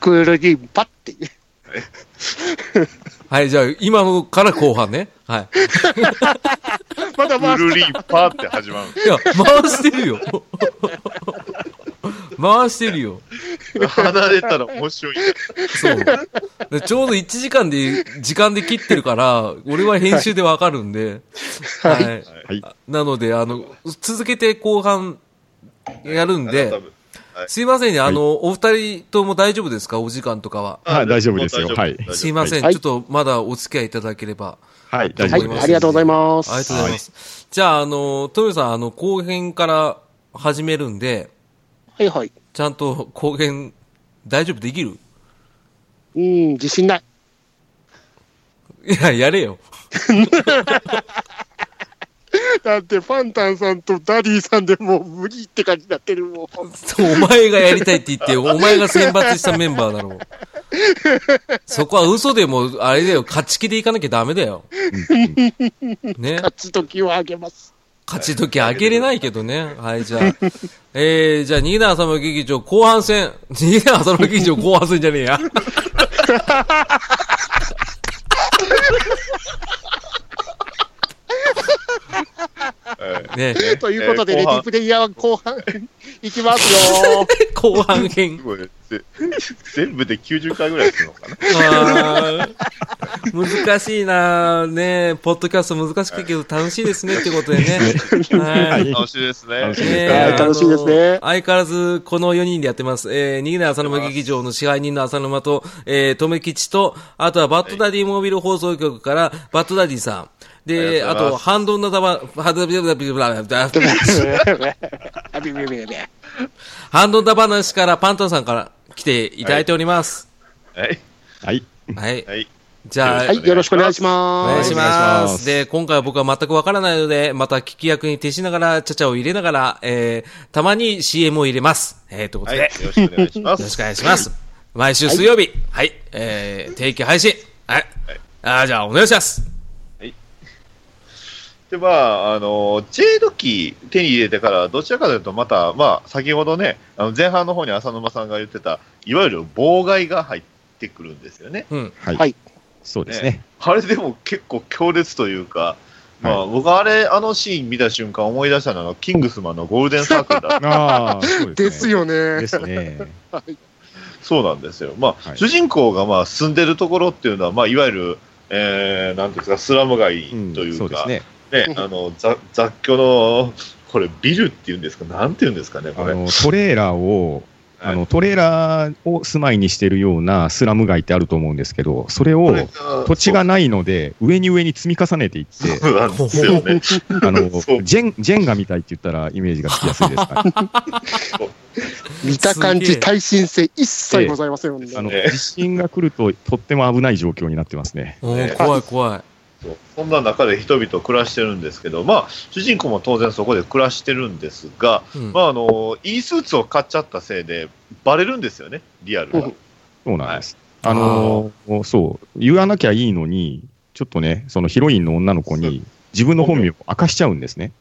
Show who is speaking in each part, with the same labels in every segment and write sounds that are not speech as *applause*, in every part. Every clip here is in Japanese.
Speaker 1: クールリンパっていう。
Speaker 2: はい、じゃあ、今のから後半ね。は
Speaker 1: まだま
Speaker 3: ウルリンパーって始まる
Speaker 2: い。いや、回してるよ。 *laughs* 回してるよ。
Speaker 3: の。離れたら面白いね。
Speaker 2: そう。でちょうど1時間で、時間で切ってるから、俺は編集でわかるんで。はい。
Speaker 4: はい
Speaker 2: あなので、あの、続けて後半やるんで、すいませんね、あの、お二人とも大丈夫ですかお時間とかは。
Speaker 4: はい大丈夫ですよ
Speaker 3: もう大丈夫
Speaker 4: はい
Speaker 3: 大丈夫
Speaker 2: すいません、
Speaker 1: はい
Speaker 2: ちょっとまだお付き合いいただければ。
Speaker 4: はい、大
Speaker 1: は
Speaker 4: 丈
Speaker 1: い
Speaker 4: 夫で、
Speaker 1: あ
Speaker 4: す。
Speaker 1: りがとうございます。
Speaker 2: ありがとうございます。じゃあ、あの、トヨさん、あの、後編から始めるんで、
Speaker 1: はいはい。
Speaker 2: ちゃんと後編、大丈夫できる *laughs*
Speaker 1: うん、自信ない。
Speaker 2: いや、やれよ。
Speaker 1: だって、ファンタンさんとダディさんでもう無理って感じになってる、もう。
Speaker 2: お前がやりたいって言って、お前が選抜したメンバーだろう。そこは嘘でも、あれだよ、勝ち気でいかなきゃダメだよ。ね。
Speaker 1: 勝つ時をあげます。
Speaker 2: 勝ち時あげれないけどね。はい、じゃあ。 *laughs* えー、じゃあ、ニーナー様劇場後半戦。 *laughs* ニーナー様劇場後半戦じゃねえや。 *laughs*
Speaker 3: はい
Speaker 2: ね。 *laughs*
Speaker 1: ということで、レデ
Speaker 3: えー後半
Speaker 1: ィープレイヤーは後半、いきますよ。
Speaker 2: *laughs* 後半
Speaker 3: す
Speaker 2: 編。
Speaker 3: ごいねぜ全部で90回ぐらいするのかな。
Speaker 2: あー難しいなーねポッドキャスト難しいけど楽しいですねってことでね。はい
Speaker 4: はい
Speaker 3: *laughs* 楽しいですね。
Speaker 4: 楽しいです
Speaker 2: ね
Speaker 4: ね
Speaker 2: あ
Speaker 1: は
Speaker 2: の
Speaker 1: い楽しいですね
Speaker 2: 相変わらず、この4人でやってます。えー、逃げない浅沼劇場の支配人の浅沼と、えー、とめきちと、あとはバッドダディモービル放送局から、バッドダディさん。で、あ
Speaker 3: ありがとう
Speaker 2: と、
Speaker 3: ございます
Speaker 2: ハンドンのダバ、ハドビブラビブラビブラビブラ
Speaker 1: あびびびび
Speaker 2: ハンドンダ話からパンタンさんから来ていただいております。
Speaker 3: はい。
Speaker 4: はい。
Speaker 2: はい。
Speaker 3: はい。
Speaker 2: じゃあ、
Speaker 1: はい、よろしくお願いし
Speaker 2: お
Speaker 1: ま
Speaker 2: 願い
Speaker 1: す
Speaker 2: し。ま。
Speaker 4: お願いしますす
Speaker 2: で、今回は僕は全くわからないので、また聞き役に徹しながら、ちゃちゃを入れながら、えー、たまに CM を入れます。えー、ということ
Speaker 3: はい。
Speaker 2: で、
Speaker 3: よろしくお願いしま
Speaker 2: よろし
Speaker 3: す。
Speaker 2: くお願いします。毎週水曜日、はい、えー、定期配信。はい。
Speaker 3: はい
Speaker 2: あーじゃあ、お願いします。
Speaker 3: で、まあ、あの、ジェイドキー手に入れてから、どちらかというと、また、まあ、先ほどね、あの前半の方に浅沼さんが言ってた、いわゆる妨害が入ってくるんですよね。
Speaker 2: うん。
Speaker 4: はい。
Speaker 1: はい
Speaker 4: そうですね。
Speaker 3: あれでも結構強烈というか、まあ、僕、あれ、あのシーン見た瞬間思い出したのは、キングスマンのゴールデンサークルだ
Speaker 4: ああ、そうですね。
Speaker 1: *laughs* ですよね
Speaker 4: で。すね。
Speaker 3: そうなんですよ。まあ、
Speaker 4: はい
Speaker 3: 主人公がまあ住んでるところっていうのは、まあ、いわゆる、えー、なんていうんですか、スラム街と
Speaker 4: うん
Speaker 3: い
Speaker 4: そううで
Speaker 3: か、
Speaker 4: す
Speaker 3: ね
Speaker 4: ね。
Speaker 3: あのざ雑居の、これ、ビルっていうんですか、なんていうんですかね、
Speaker 4: あ
Speaker 3: これ。
Speaker 4: の、トレーラーを、あの、トレーラーを住まいにしてるようなスラム街ってあると思うんですけど、それ
Speaker 3: これ
Speaker 4: を
Speaker 3: が
Speaker 4: 土地がないので、上に上に積み重ねてい *laughs* って、
Speaker 3: そうなんですよね。 *laughs*
Speaker 4: あの、
Speaker 3: そう
Speaker 4: ジェン、ジェンガみたいって言ったらイメージがつきやす *laughs* いですかね
Speaker 1: 見た感
Speaker 2: すげえ
Speaker 1: じ、耐震性一切ございませんもんね。
Speaker 4: あの、
Speaker 3: ええ
Speaker 4: 地震が来るととっても危ない状況になってますね。
Speaker 2: おー
Speaker 3: ね
Speaker 2: 怖い怖い。
Speaker 3: そうそんな中で人々暮らしてるんですけど、まあ、主人公も当然そこで暮らしてるんですが、
Speaker 2: うん
Speaker 3: まあ、あの、いいスーツを買っちゃったせいで、バレるんですよね、リアルが。
Speaker 4: そうなんです。あのーそう、言わなきゃいいのに、ちょっとね、そのヒロインの女の子に自分の本名を明かしちゃうんですね。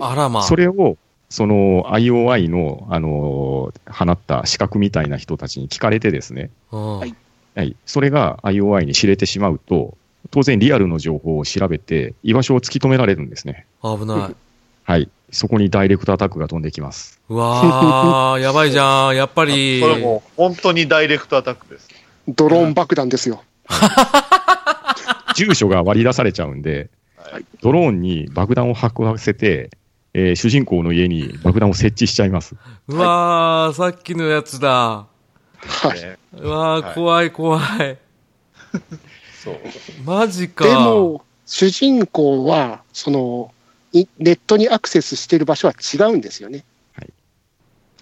Speaker 2: あらまあ。
Speaker 4: それを、その IOI の、あのー放った資格みたいな人たちに聞かれてですね、
Speaker 2: うん。
Speaker 1: はい
Speaker 4: はい、それが IOI に知れてしまうと、当然リアルの情報を調べて、居場所を突き止められるんですね。
Speaker 2: 危ない。
Speaker 4: はい。そこにダイレクトアタックが飛んできます。
Speaker 2: うわー、やばいじゃん。やっぱり
Speaker 3: こ、れもう本当にダイレクトアタックです。
Speaker 1: ドローン爆弾ですよ。
Speaker 4: 住所が割り出されちゃうんで、
Speaker 3: はい
Speaker 4: ドローンに爆弾を運ばせて、えー主人公の家に爆弾を設置しちゃいます。
Speaker 2: うわー、さっきのやつだ。
Speaker 1: はい。
Speaker 3: ね
Speaker 2: うわ
Speaker 3: は
Speaker 2: ー、
Speaker 3: い
Speaker 2: 怖い怖い。
Speaker 3: そう
Speaker 2: マジか。
Speaker 1: でも、主人公は、その、いネットにアクセスしてる場所は違うんですよ
Speaker 4: *laughs*
Speaker 1: ね。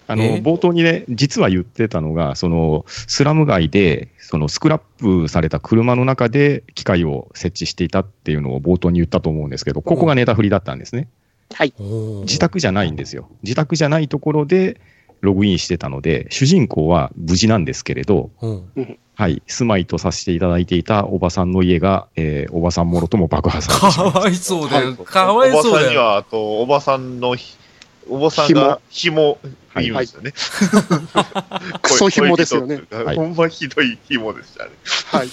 Speaker 4: あの、
Speaker 2: えー
Speaker 4: 冒頭にね、実は言ってたのが、その、スラム街で、その、スクラップされた車の中で機械を設置していたっていうのを冒頭に言ったと思うんですけど、ここがネタ振りだったんですね。
Speaker 2: おー
Speaker 4: 自宅じゃないんですよ。自宅じゃないところでログインしてたので、主人公は無事なんですけれど、
Speaker 2: うん。
Speaker 4: はい、住まいとさせていただいていたおばさんの家が、えーおばさんもろとも爆破されてし
Speaker 2: か
Speaker 4: まう。
Speaker 2: わいそうだよ。かわいそう
Speaker 3: おばさ
Speaker 2: だ
Speaker 3: んに
Speaker 2: よ。
Speaker 3: は、あと、おばさんのひお坊さんが紐、言いましたね。
Speaker 1: クソ紐ですよね。
Speaker 4: はい
Speaker 3: ほんまひどい紐でしたね。
Speaker 1: はい。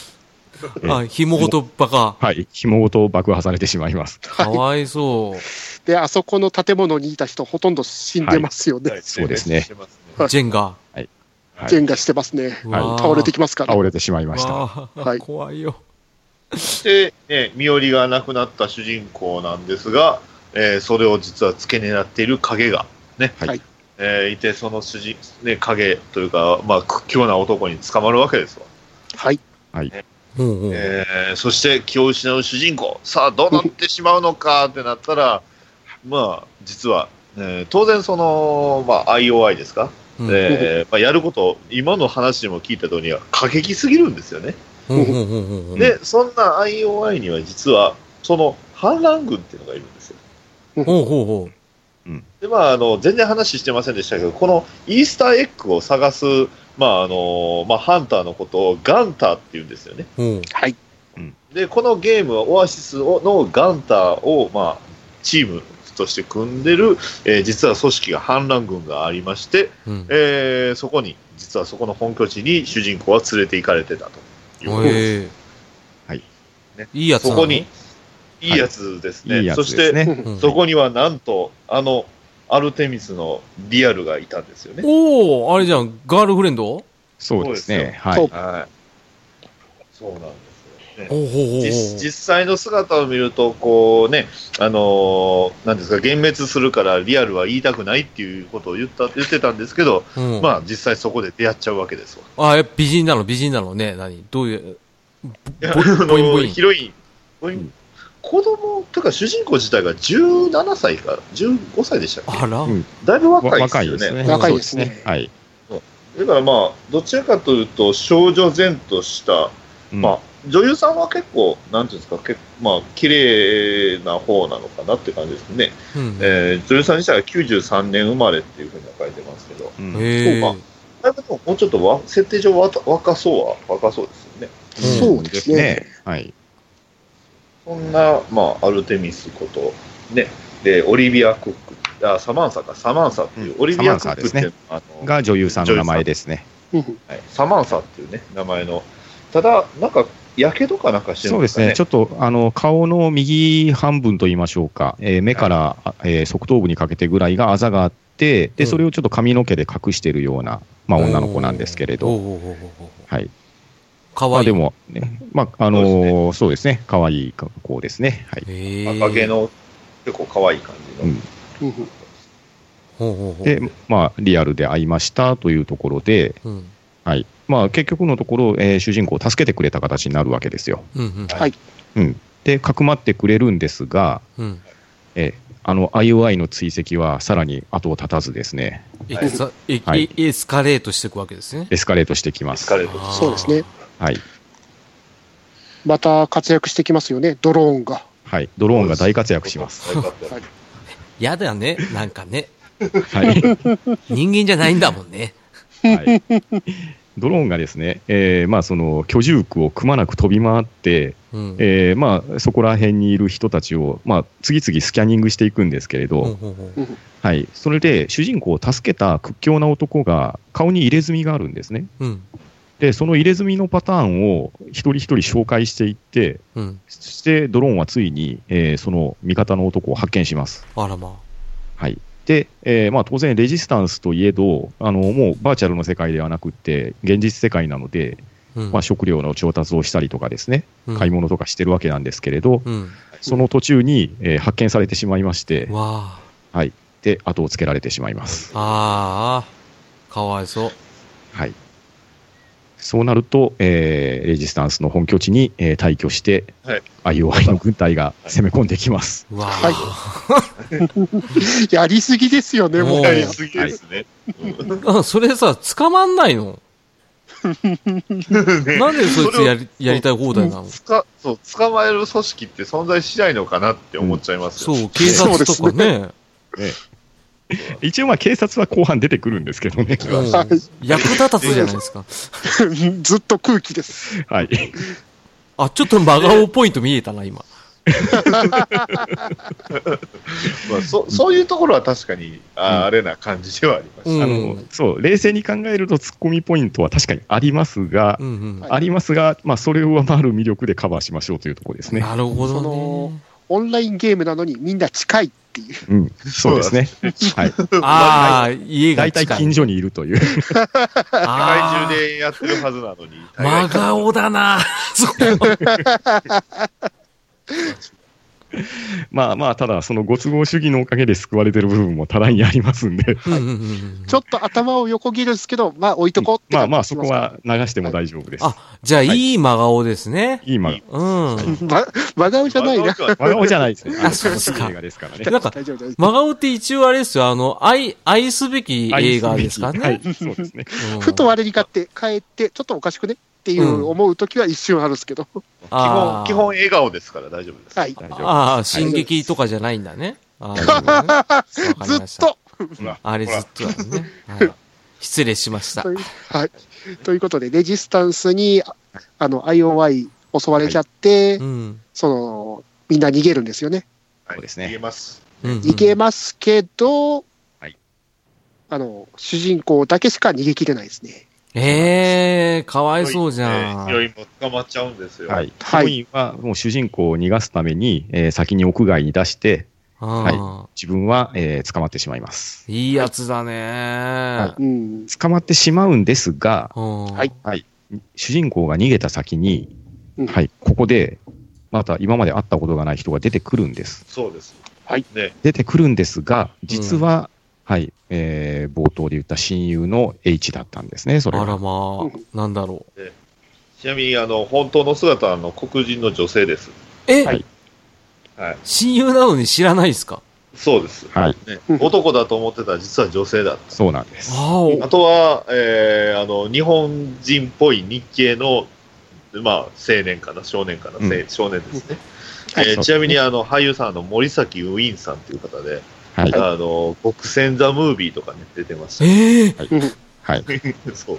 Speaker 4: え
Speaker 2: あ、紐ごとバカ。
Speaker 4: はい、紐ごと爆破されてしまいます。
Speaker 2: かわいそう。
Speaker 1: で、あそこの建物にいた人、ほとんど死んでますよね。
Speaker 3: はい
Speaker 4: そうですね
Speaker 3: してます
Speaker 1: はい
Speaker 2: ジェンガ。
Speaker 4: はい
Speaker 1: ジェンガしてますね。
Speaker 2: うわー
Speaker 1: 倒れてきますから。
Speaker 4: 倒れてしまいました。
Speaker 2: わあ
Speaker 1: はい
Speaker 2: 怖いよ。
Speaker 3: そして、ね、身寄りがなくなった主人公なんですが、えーそれを実は付け狙っている影が、ね
Speaker 1: はい
Speaker 3: えーいて、その主人、ね、影というか、まあ、屈強な男に捕まるわけですわ、
Speaker 1: はい。
Speaker 2: うんうん。
Speaker 3: えーそして気を失う主人公、さあ、どうなってしまうのかってなったら、まあ、実は、えー当然、その、まあ、IOI ですか、
Speaker 2: うん
Speaker 3: えーまあ、やること、今の話でも聞いた通りは、過激すぎるんですよね。
Speaker 2: うんうんうんうんうん。
Speaker 3: で、そんな IOI には実は、その反乱軍っていうのがいるんですよ。
Speaker 2: ほうほうほ
Speaker 3: で、まあ、あの、全然話してませんでしたけど、このイースターエッグを探す、まあ、あの、まあ、ハンターのことをガンターっていうんですよね。
Speaker 2: う。うん。
Speaker 1: はい。
Speaker 3: で、このゲームはオアシスをのガンターを、まあ、チームとして組んでる、えー実は組織が反乱軍がありまして、
Speaker 2: うん。
Speaker 3: えーそこに、実はそこの本拠地に主人公は連れて行かれてたということです。
Speaker 2: ええ
Speaker 4: はい
Speaker 3: ね
Speaker 2: いいやつな
Speaker 3: そ
Speaker 2: の
Speaker 3: こに、いいやつですね。
Speaker 4: いいや
Speaker 3: そ
Speaker 4: つで
Speaker 3: し
Speaker 4: す
Speaker 3: て、
Speaker 4: ね。
Speaker 2: うん
Speaker 3: そこにはなんと、あの、アルテミスのリアルがいたんですよね。
Speaker 2: おおあれじゃん、ガールフレンドほう
Speaker 4: そうです
Speaker 3: そうです
Speaker 4: ね。は
Speaker 1: そ。
Speaker 4: いう
Speaker 3: はい。そうなんですよね。
Speaker 2: ほうほうほう。
Speaker 3: 実実際の姿を見ると、こうね、あのーなんですか、幻滅するからリアルは言いたくないっていうことを言った言ってたんですけど、
Speaker 2: うん、
Speaker 3: まあ実際そこで出会っちゃうわけですわ。
Speaker 2: あ、え美人なの、美人なのね。何どういう、
Speaker 3: いや
Speaker 2: ボ
Speaker 3: あの
Speaker 2: ボインボイン
Speaker 3: ヒロイン、ボイン
Speaker 4: うん
Speaker 3: 子供というか主人公自体が17歳か15歳でしたっけ
Speaker 2: あら、
Speaker 4: うん
Speaker 3: だいぶ
Speaker 4: わ
Speaker 3: 若いですよ
Speaker 4: 若いです
Speaker 3: ね。
Speaker 4: ね。
Speaker 1: 若いですね
Speaker 4: そうはい。
Speaker 3: だからまあ、どちらかというと、少女前とした、
Speaker 4: うん
Speaker 3: まあ、女優さんは結構、なんていうんですか、結構まあ、綺麗な方なのかなって感じですね。
Speaker 2: うん
Speaker 3: えー女優さん自体は93年生まれっていうふうには書いてますけど、
Speaker 4: うん
Speaker 2: へえ
Speaker 3: そうかだいぶでももうちょっとわ設定上わた若そうは若そうですよね。
Speaker 1: そうですね。
Speaker 4: ね。はい。
Speaker 3: そんな、まあ、アルテミスこと、ね、で、オリビア・クック、あ、サマンサか、サマンサっていう、
Speaker 4: うん
Speaker 3: オリビア・クックっ
Speaker 4: サマンサ
Speaker 3: て、
Speaker 4: です
Speaker 3: あの、
Speaker 4: が女優さんの名前ですね。
Speaker 1: うん
Speaker 3: はいサマンサっていうね、名前の、ただ、なんか、やけどかなんかしてる
Speaker 4: そ
Speaker 3: ん
Speaker 4: うですね。ちょっと、あの、顔の右半分と言いましょうか。えー目から、あえー側頭部にかけてぐらいがあざがあって、
Speaker 2: うん
Speaker 4: で、それをちょっと髪の毛で隠しているような、まあ、女の子なんですけ
Speaker 2: ほ
Speaker 4: れ
Speaker 2: う
Speaker 4: ど。
Speaker 2: ほうほうほうほう
Speaker 4: はい。
Speaker 2: か
Speaker 4: ま
Speaker 2: わい
Speaker 4: あ、
Speaker 2: い。
Speaker 4: でも、ね、まあ、あのーそうですね。可愛い格好ですね。はい。
Speaker 2: へえ
Speaker 3: 赤毛の、結構可愛い感じの。
Speaker 4: うん
Speaker 1: うん
Speaker 2: ほうほうほう
Speaker 4: で、まあ、リアルで会いましたというところで、
Speaker 2: うん。
Speaker 4: はい。まあ、結局のところ、えー主人公を助けてくれた形になるわけですよ。
Speaker 2: うんうん
Speaker 1: はい。
Speaker 4: うん。で、かくまってくれるんですが、
Speaker 2: うん。
Speaker 4: えーあの、IOI の追跡はさらに後を絶たずですね、
Speaker 2: エクサエ
Speaker 4: はい
Speaker 2: エエスカレートしていくわけですね。
Speaker 4: エスカレートしてきま
Speaker 3: エス
Speaker 4: す
Speaker 3: カ。レート
Speaker 2: あー
Speaker 1: そうですね。
Speaker 4: はい。
Speaker 1: また活躍してきますよね、ドローンが。
Speaker 4: はい。ドローンが大活躍します。。
Speaker 3: 大活
Speaker 1: *laughs*
Speaker 3: 躍
Speaker 1: はい
Speaker 2: やだね、なんかね。
Speaker 4: はい。
Speaker 2: 人間じゃないんだもんね。
Speaker 4: *laughs* はい、ドローンがですね、えーまあ、その居住区をくまなく飛び回って、
Speaker 2: うん。
Speaker 4: えーまあ、そこら辺にいる人たちを、まあ、次々スキャニングしていくんですけれど、
Speaker 2: ほうほうほう
Speaker 4: はい、それで主人公を助けた屈強な男が顔に入れ墨があるんですね。
Speaker 2: うん。
Speaker 4: で、その入れ墨のパターンを一人一人紹介していって、
Speaker 2: うん。
Speaker 4: そしてドローンはついに、えーその味方の男を発見します。
Speaker 2: あらま
Speaker 4: はい。で、えーまあ当然レジスタンスといえど、あの、もうバーチャルの世界ではなくって、現実世界なので、
Speaker 2: あ。うん
Speaker 4: まあ食料の調達をしたりとかですね、買い。物とかしてるわけなんですけれど、
Speaker 2: うんうん。
Speaker 4: その途中に、えー発見されてしまいまして、
Speaker 2: わ
Speaker 4: で、後をつけられてしまいます。
Speaker 2: あ。ああ。かわいそう。
Speaker 4: はい。そうなると、えーレジスタンスの本拠地に、えー退去して、
Speaker 3: はい
Speaker 4: IOI の軍隊が攻め込んできます。
Speaker 2: うわあ。
Speaker 1: はい *laughs* やりすぎですよね、もう
Speaker 3: や
Speaker 1: ね。
Speaker 3: りすぎですね。うん
Speaker 2: *laughs* あそれさ、捕まんな
Speaker 1: *laughs*
Speaker 2: いのなんでそいつやりやりたい放題なの
Speaker 3: つかそう捕まえる組織って存在しないのかなって思っちゃいますよ、
Speaker 2: そう、警察とかね。
Speaker 4: 一応、まあ、警察は後半出てくるんですけどね。
Speaker 2: うん
Speaker 1: はい
Speaker 2: 役立たずじゃないです *laughs* か。
Speaker 1: *laughs* ずっと空気です。
Speaker 4: はい。
Speaker 2: あ、ちょっと真顔ポイント見えたな、今。
Speaker 3: *laughs* まあ、そそういうところは確かにあ,、あれな感じではありました、
Speaker 2: うん
Speaker 4: あのそう冷静に考えると、ツッコミポイントは確かにありますが、
Speaker 2: うんうん
Speaker 1: はい
Speaker 4: ありますが、まあ、それを上回る魅力でカバーしましょうというところですね。
Speaker 2: なるほ
Speaker 1: そ
Speaker 2: ど
Speaker 1: の
Speaker 2: ね。
Speaker 1: オンラインゲームなのにみんな近いっていう。
Speaker 4: うん、 *laughs* そうですね。はい。
Speaker 2: ああ、家が
Speaker 4: 大体
Speaker 2: 近い。
Speaker 4: 近所にいるという。
Speaker 3: 世界
Speaker 2: あ
Speaker 3: 中 *laughs*
Speaker 2: ー
Speaker 3: でやってるはずな
Speaker 2: *laughs*
Speaker 3: のに、
Speaker 2: 真顔だな。そう
Speaker 4: まあまあ、ただ、そのご都合主義のおかげで救われてる部分も多大にあります
Speaker 2: *laughs*
Speaker 4: んで、
Speaker 2: うんうんうん
Speaker 1: ちょっと頭を横切るんですけど、まあ置いとこうって
Speaker 4: まあ
Speaker 1: 感じ
Speaker 4: まあ、
Speaker 1: し
Speaker 4: そ
Speaker 1: す
Speaker 4: こは流しても大丈夫です。
Speaker 2: あじゃあ、いい真顔ですね。
Speaker 4: いい今、
Speaker 2: うん。
Speaker 1: ま、真顔じゃないな。
Speaker 4: 真顔じゃないですね。
Speaker 2: あそうですか
Speaker 4: 映画ですからね。
Speaker 2: なんか、
Speaker 1: 大丈夫、大丈夫。
Speaker 2: 真顔って一応あれですよ、あの、愛、愛すべき映画ですから
Speaker 4: は
Speaker 2: ね
Speaker 4: い。、そうですね。
Speaker 2: うん
Speaker 1: ふと我に勝って帰って、ちょっとおかしくねっていう思うときは一瞬あるんですけど、
Speaker 3: 基
Speaker 2: あ
Speaker 3: 本、
Speaker 2: ー
Speaker 3: 基本笑顔ですから大丈夫です。
Speaker 1: はい。
Speaker 4: 大丈夫。
Speaker 2: ああ、進撃とかじゃないんだね。あーなるほどねわか
Speaker 1: ず
Speaker 2: り
Speaker 1: っ
Speaker 2: ました
Speaker 1: と。
Speaker 3: ほら
Speaker 2: あれ
Speaker 3: ほ
Speaker 2: ず
Speaker 3: ら
Speaker 2: っとだね。はい失礼しました
Speaker 1: と。いうはい、ということで、レジスタンスにああの IOI 襲われちゃって、
Speaker 2: うん。
Speaker 1: そのみんな逃げるんですよね。
Speaker 4: そうですね
Speaker 3: 言えます。
Speaker 2: 逃
Speaker 1: 逃げますけど、
Speaker 4: はい
Speaker 1: あの主人公だけしか逃げ切れないですね。
Speaker 2: ええー、かわいそうじゃ
Speaker 3: えー酔
Speaker 2: ん。
Speaker 3: いも捕まっちゃうんですよ。
Speaker 4: はい。
Speaker 1: はい
Speaker 4: ヒロインは、もう主人公を逃がすために、えー先に屋外に出して、
Speaker 2: は
Speaker 4: 自分は、えー捕まってしまいます。
Speaker 2: い。いいやつだね。
Speaker 1: うん、
Speaker 4: 捕まってしまうんですが、
Speaker 2: は
Speaker 1: はい。
Speaker 4: 主人公が逃げた先に、
Speaker 1: うん
Speaker 4: はい、ここで、また今まで会ったことがない人が出てくるんです。
Speaker 3: そうです。
Speaker 1: はい。
Speaker 3: ね、
Speaker 4: 出てくるんですが、実は、はい、えー冒頭で言った親友の H だったんですね、そ
Speaker 2: あ
Speaker 4: れ
Speaker 2: ら
Speaker 4: は。
Speaker 2: ま
Speaker 1: う
Speaker 2: あ、なんだろう。
Speaker 3: ちなみに、あの、本当の姿はあの黒人の女性です。
Speaker 4: は
Speaker 2: え
Speaker 4: い
Speaker 3: はい。
Speaker 2: 親友なのに知らないですか
Speaker 3: そうです。
Speaker 4: はい、
Speaker 3: ね
Speaker 1: うん、
Speaker 3: 男だと思ってたら実は女性だった。
Speaker 4: そうなんです。
Speaker 2: ああ、お
Speaker 3: あとは、えー、あの、日本人っぽい日系の、まあ、青年かな、少年かな、
Speaker 4: うん
Speaker 3: 青少年ですね。
Speaker 4: はい
Speaker 3: えーちなみに、あの、俳優さんの森崎ウィンさんという方で、
Speaker 4: はい、
Speaker 3: あの、極戦ザ・ムービーとかね、出てました。
Speaker 2: ええ
Speaker 4: はい。
Speaker 3: *laughs* そう。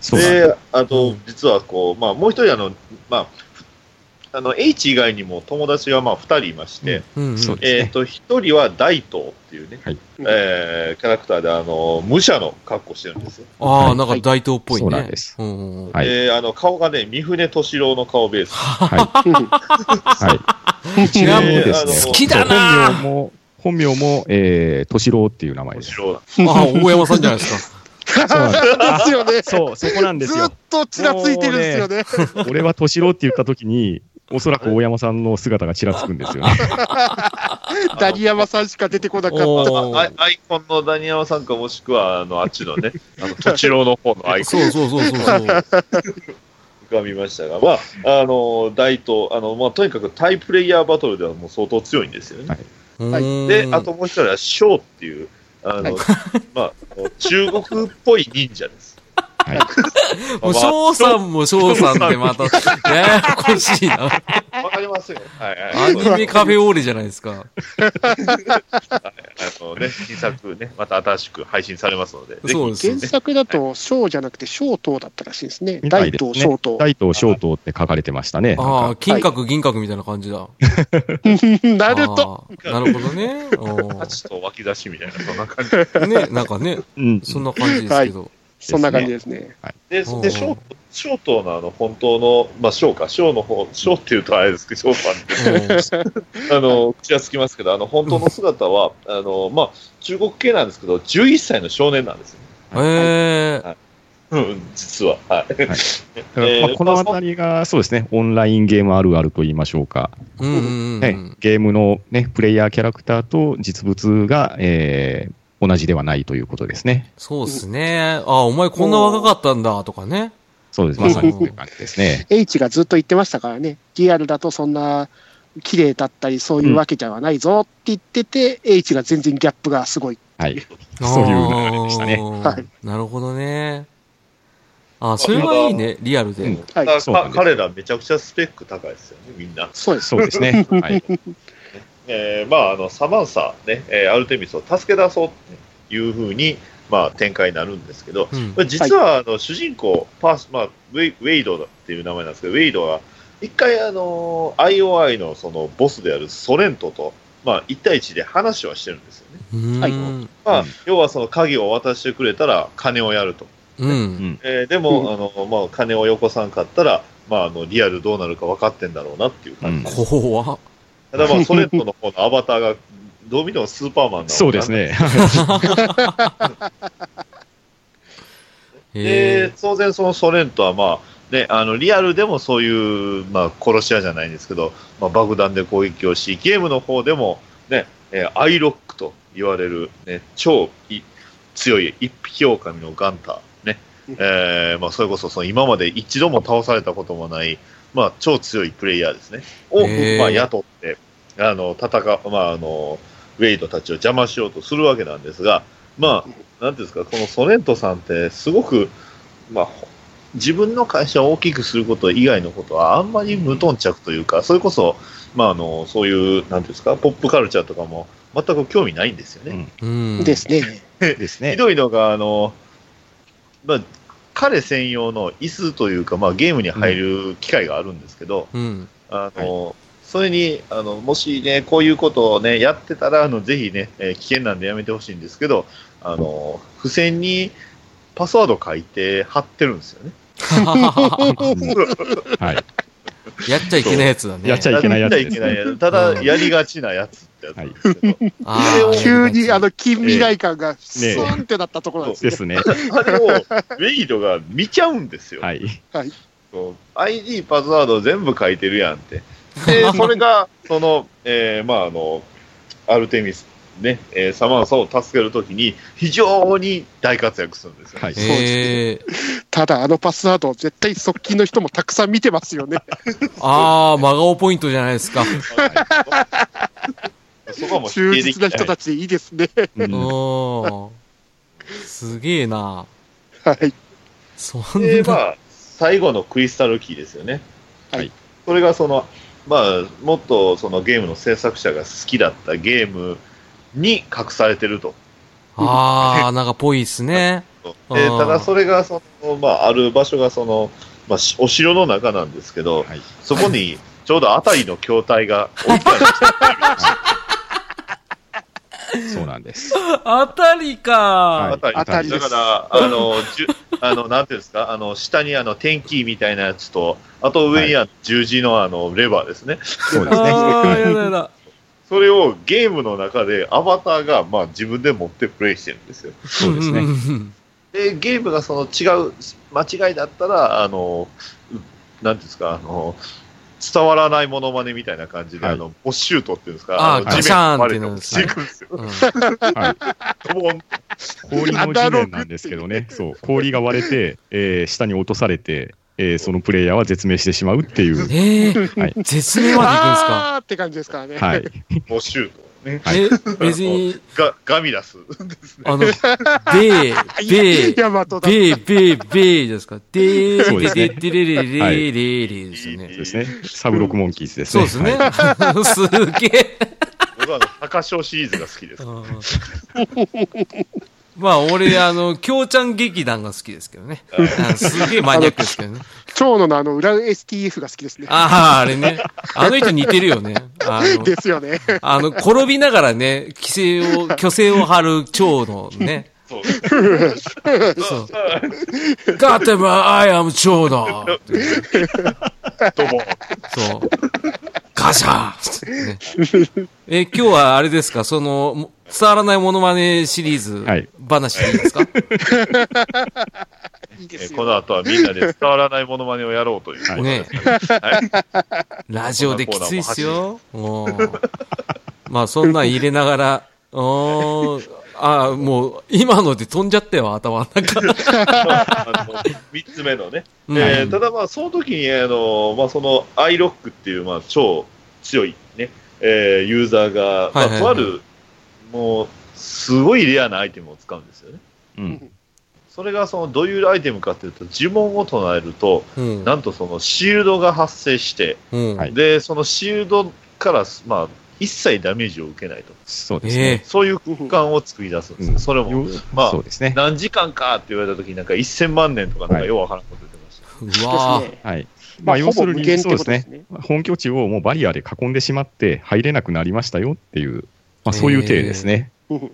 Speaker 4: そうなんです。
Speaker 3: で、あ
Speaker 2: う
Speaker 3: と
Speaker 2: ん、
Speaker 3: 実はこう、まあ、もう一人、あの、まあ、あの、H 以外にも友達が、まあ、二人いまして、
Speaker 2: うんうん
Speaker 4: そうです
Speaker 3: えっ、
Speaker 4: ね。
Speaker 3: と、一人は大東っていうね、
Speaker 4: はい
Speaker 3: えーキャラクターで、あの、武者の格好してるんですよ。
Speaker 2: あ
Speaker 4: は
Speaker 2: あ、
Speaker 4: い
Speaker 2: なんか大東っぽいね。
Speaker 4: そうなんです
Speaker 2: うんうんうん
Speaker 4: はい
Speaker 3: えーあの、顔がね、三船敏郎の顔ベース。
Speaker 4: は
Speaker 1: うん
Speaker 4: い。
Speaker 3: *laughs*
Speaker 4: 一応ですね
Speaker 3: えーあの
Speaker 2: 好きだな
Speaker 4: そう本名も、本名も、えー、敏郎っていう名前です。
Speaker 3: 敏郎だ。
Speaker 2: ああ、大山さんじゃないですか。
Speaker 4: そうなんです
Speaker 1: ですよね。
Speaker 4: そう、そこなんです
Speaker 1: ずっ
Speaker 4: よ。
Speaker 1: とちらついてるんですよね。
Speaker 4: 俺は敏郎って言ったときに、おそらく大山さんの姿がちらつくんですよね。
Speaker 1: ダニヤマさんしか出てこなかった。
Speaker 2: お
Speaker 3: あ
Speaker 2: ー
Speaker 3: アイコンのダニヤマさんかもしくは、あの、あっちの
Speaker 2: *laughs*
Speaker 3: ね、あの、敏郎の *laughs* 方のアイコン
Speaker 2: そうそうそうそうそう。
Speaker 3: が見ましたが、まあ、あの、大東、あの、まあ、とにかくタイプレイヤーバトルではもう相当強いんですよね。
Speaker 2: う
Speaker 1: はい
Speaker 2: ーん
Speaker 3: で、あと、もう一人は、ショウっていう、あの、
Speaker 1: はい
Speaker 3: *laughs* まああの、中国っぽい忍
Speaker 2: *laughs*
Speaker 3: 者です。
Speaker 4: はい
Speaker 2: もう、翔さんも翔さんでまた、
Speaker 3: *laughs*
Speaker 2: ややこしいな。
Speaker 4: *laughs*
Speaker 3: わかりますよ。はいは
Speaker 2: ア
Speaker 3: い。
Speaker 2: ニメカフェオーレじゃないですか。
Speaker 3: あのね、新作ね、また新しく配信されますので、ぜひ
Speaker 2: そうですよ
Speaker 1: 原
Speaker 2: ね。
Speaker 1: 作だと、小じゃなくて小東だったらしいですね。
Speaker 4: みた
Speaker 1: 大
Speaker 4: いですね
Speaker 1: 東、小東。
Speaker 4: 大東小東って書かれてましたね。なん
Speaker 2: ああ、
Speaker 4: か
Speaker 2: 金閣銀閣みたいな感じだ。
Speaker 1: *laughs* なると。
Speaker 2: あーなるほどね。
Speaker 3: ハ
Speaker 2: お
Speaker 3: チと脇差しみたいな、そんな感じ。
Speaker 2: ーね、なんかね、
Speaker 4: うん。
Speaker 2: そんな感じですけど。
Speaker 1: そんな感じですね。
Speaker 3: で、
Speaker 2: うん
Speaker 3: で、ショート、ショートのあの、本当の、まあ、ショーか、ショーの方、ショーって言うとあれですけど、ショーさんってあの、口はつきますけど、あの、本当の姿は、あの、まあ、中国系なんですけど、11歳の少年なんですよ。
Speaker 2: うんええ
Speaker 3: うん、実は。はい。
Speaker 4: だからまあ
Speaker 3: えー
Speaker 4: このあたりが、そうですね、オンラインゲームあるあると言いましょうか。
Speaker 2: うんうんう
Speaker 4: ね
Speaker 2: ん。
Speaker 4: ゲームのね、プレイヤーキャラクターと実物が、えー同じではないということですね。
Speaker 2: そうですね。ああ、お前こんな若かったんだ、とかね。
Speaker 4: そうです。まさにそういう感じですね。
Speaker 1: H がずっと言ってましたからね、リアルだとそんな綺麗だったり、そういうわけじゃないぞって言ってて、H が全然ギャップがすごい。
Speaker 4: はい。そういう流れでしたね。
Speaker 2: あー
Speaker 1: はい
Speaker 2: なるほどね。あ、それはいいね、リアル
Speaker 3: う
Speaker 2: で
Speaker 3: ん。
Speaker 1: はい
Speaker 3: だ
Speaker 4: そ
Speaker 3: から
Speaker 4: うなんです
Speaker 3: 彼らめちゃくちゃスペック高いですよね、みんな。
Speaker 1: そうです。
Speaker 4: そうですね。はい。
Speaker 3: えーまあ、あの、サマンサ、ね、えーアルテミスを助け出そうっていうふうに、まあ、展開になるんですけど、
Speaker 2: うん
Speaker 3: 実は、あの主人公パース、まあウェイ、ウェイドっていう名前なんですけど、ウェイドは一回、あの IOI のそのボスであるソレントと、まあ、1対1で話はしてるんですよね。
Speaker 2: うん
Speaker 1: はい
Speaker 3: まあ
Speaker 4: うん
Speaker 3: 要はその鍵を渡してくれたら金をやると。
Speaker 2: うん。
Speaker 3: えーでも、あのまあ、金をよこさんかったら、まあ、あのリアルどうなるか分かってんだろうなっていう感じです、
Speaker 2: 怖っ。
Speaker 3: ただまあソレントの方のアバターがどう見てもスーパーマンなのかな
Speaker 4: そうです。ね。
Speaker 3: で
Speaker 2: へ
Speaker 3: 当然そのソ連とはまあ、ね、あのリアルでもそういう、まあ、殺し屋じゃないんですけど、まあ、爆弾で攻撃をしゲームの方でも、ねえーアイロックと言われる、ね、超い強い一匹狼のガンター、ね
Speaker 1: うん
Speaker 3: えーまあ、それこそその今まで一度も倒されたこともない、まあ、超強いプレイヤーですねを、
Speaker 2: へー
Speaker 3: まあ、雇ってあの戦う、まあ、あのウェイドたちを邪魔しようとするわけなんですが、まあ、なんていうんですか、このソレントさんって、すごく、まあ、ほ自分の会社を大きくすること以外のことは、あんまり無頓着というか、それこそ、まあ、あのそういう、なんていうんですか、ポップカルチャーとかも、全く興味ないんですよね。
Speaker 2: え。うん。
Speaker 1: ですね。
Speaker 4: ですね
Speaker 3: ひ。どいのが、あの、まあ、彼専用の椅子というか、まあ、ゲームに入る機会があるんですけど、
Speaker 2: うん。 *laughs*
Speaker 3: あの、それにあの、もしね、こういうことをね、やってたら、あのぜひね、えー危険なんでやめてほしいんですけど、あの、付箋にパスワード書いて貼ってるんですよね。
Speaker 4: はい。
Speaker 2: やっちゃいけないやつだね。
Speaker 4: やっちゃいけないやつ
Speaker 3: やっちゃいけないやつただ、やりがちなやつってやつなんですけど、
Speaker 2: あー
Speaker 1: 急にあの近未来感がスンってなったところなんです
Speaker 4: で
Speaker 1: ね。
Speaker 4: すね。
Speaker 3: *laughs* あれを、
Speaker 4: *laughs*
Speaker 3: ウェイドが見ちゃうんですよ。
Speaker 4: はい。
Speaker 3: そう ID、パスワード全部書いてるやんって。
Speaker 1: *laughs*
Speaker 3: で、それが、その、えーまあ、あの、アルテミス、ね、えーサマンサを助けるときに、非常に大活躍するんですよね、 *laughs*
Speaker 4: はい。
Speaker 2: へえ。
Speaker 1: ただ、あのパスワード、絶対側近の人もたくさん見てますよね。
Speaker 2: ああ、真顔ポイントじゃないですか。
Speaker 3: そこはもう否
Speaker 1: 忠
Speaker 3: 定でき
Speaker 1: 実な人たちでいいですね。
Speaker 4: う
Speaker 2: うんん。すげえな。
Speaker 1: はい。
Speaker 2: そん
Speaker 3: で、ま
Speaker 2: な。
Speaker 3: あ、最後のクリスタルキーですよね。
Speaker 1: はい。
Speaker 3: それがその、まあ、もっとそのゲームの制作者が好きだったゲームに隠されてると。
Speaker 2: ああ、なんかぽいっすね。
Speaker 3: で
Speaker 2: あー
Speaker 3: ただそれがその、まあ、ある場所がその、まあ、しお城の中なんですけど、
Speaker 4: はい
Speaker 3: そこにちょうどあたりの筐体が置いてあるんですよ
Speaker 4: そうなんです。
Speaker 2: *laughs* あたり
Speaker 4: は
Speaker 2: か
Speaker 3: 辺
Speaker 4: い。
Speaker 3: り
Speaker 1: あたりで
Speaker 3: だ
Speaker 1: す。
Speaker 3: から、あの、じゅあのなんていうんですか、あの下にあの天気みたいなやつと、あと上にあの十字のあのレバーですね、
Speaker 4: そうですね。
Speaker 2: ああ、やだやだ。
Speaker 3: それをゲームの中でアバターが、まあ、自分で持ってプレイしてるんですよ。
Speaker 4: そうですね。
Speaker 2: ね。
Speaker 3: で、ゲームがその違う、間違いだったら、あの、うなんていうんですか、あの、伝わらないモノマネみたいな感じで、
Speaker 4: はい
Speaker 3: あの、ボッシュートっていうんですか、
Speaker 2: あー
Speaker 3: の
Speaker 4: ガ
Speaker 2: シャーンって
Speaker 3: 地面
Speaker 2: なるん
Speaker 3: に
Speaker 2: です
Speaker 3: 垂れて落ちていくんですよ。
Speaker 2: うん
Speaker 4: はい。
Speaker 3: ドボン
Speaker 4: 氷の地面なんですけどね。そう。氷が割れて、えー下に落とされて、えーそのプレイヤーは絶命してしまうって *laughs* いう。
Speaker 2: ええ
Speaker 4: はい
Speaker 2: 絶命まで行
Speaker 1: あーって感じですからね。
Speaker 4: はい。
Speaker 3: ボッシュート。ね、
Speaker 2: くんですかえ、別に、
Speaker 3: ガガミラス。
Speaker 2: あの、でー、でー、
Speaker 1: ヤマトだ。
Speaker 2: べー、べー、べーですか。で
Speaker 4: そ
Speaker 2: ー、
Speaker 4: うです
Speaker 2: で
Speaker 4: ね
Speaker 2: ー、でれれれれれれですよ
Speaker 4: そ
Speaker 2: ね
Speaker 4: う。ですね。サブロックモンキーズです
Speaker 2: そう
Speaker 4: ね。
Speaker 2: ですね
Speaker 4: はい。。
Speaker 2: *laughs* すげえ。
Speaker 3: 僕はあの、高潮シリーズが好きです。
Speaker 2: まあ、俺、あの、京ちゃん劇団が好きですけどね。あすげえマニアックですけどね。
Speaker 1: 蝶野のあの、裏 STF が好きですね。
Speaker 2: ああ、あれね。あの人似てるよね。あの、
Speaker 1: *laughs* ですよね。
Speaker 2: あの転びながらね、規制を、虚勢を張る蝶のね。
Speaker 3: そう。
Speaker 2: そう。ガテマ、アイアム蝶だ。
Speaker 3: ドボン。
Speaker 2: そう。ガシャー、ねえ、今日はあれですか、その、も伝わらないモノマネシリーズ、
Speaker 4: はい
Speaker 2: 話でいいですか
Speaker 1: いいで
Speaker 3: え
Speaker 1: す
Speaker 3: ーこ
Speaker 1: よ。
Speaker 3: の後はみんなで伝わらないモノマネをやろうという。
Speaker 2: ね
Speaker 3: はい。
Speaker 2: ラジオできついっすよ。もう。まあ、そんなん入れながら、おーあーもう、今ので飛んじゃったよ、頭の中。
Speaker 3: *laughs* あの3つ目のね、
Speaker 2: うん
Speaker 3: えーただまあその時にあの、まあ、そのアイロックっていうまあ超強い、ねえーユーザーが、ま
Speaker 2: はいは
Speaker 3: あ、
Speaker 2: いはい
Speaker 3: とあるもうすごいレアなアイテムを使うんですよね。
Speaker 4: うん。
Speaker 3: それがそのどういうアイテムかというと呪文を唱えると
Speaker 2: うん。
Speaker 3: なんとそのシールドが発生して
Speaker 2: うん
Speaker 4: はい
Speaker 3: でそのシールドから、まあ、一切ダメージを受けないと
Speaker 4: そうです
Speaker 2: え
Speaker 4: ね。
Speaker 2: え
Speaker 3: そういう空間を作り出すんですよ、
Speaker 4: うん
Speaker 3: それも
Speaker 4: よ
Speaker 3: まあ
Speaker 4: そうですね。
Speaker 3: 何時間かって言われた時になんか1000万年とかなんかようわからんこと言ってました。
Speaker 2: うわ
Speaker 1: です
Speaker 2: ー
Speaker 1: ね
Speaker 4: はい。
Speaker 1: ま
Speaker 4: まあ
Speaker 1: あ、
Speaker 4: 要
Speaker 1: ほ
Speaker 4: す
Speaker 1: ぼ
Speaker 4: る
Speaker 1: 無
Speaker 4: に
Speaker 1: 限ってことですね。
Speaker 4: 本拠地をもうバリアで囲んでしまって、入れなくなりましたよっていう、まあ、そういう体ですね。
Speaker 1: うん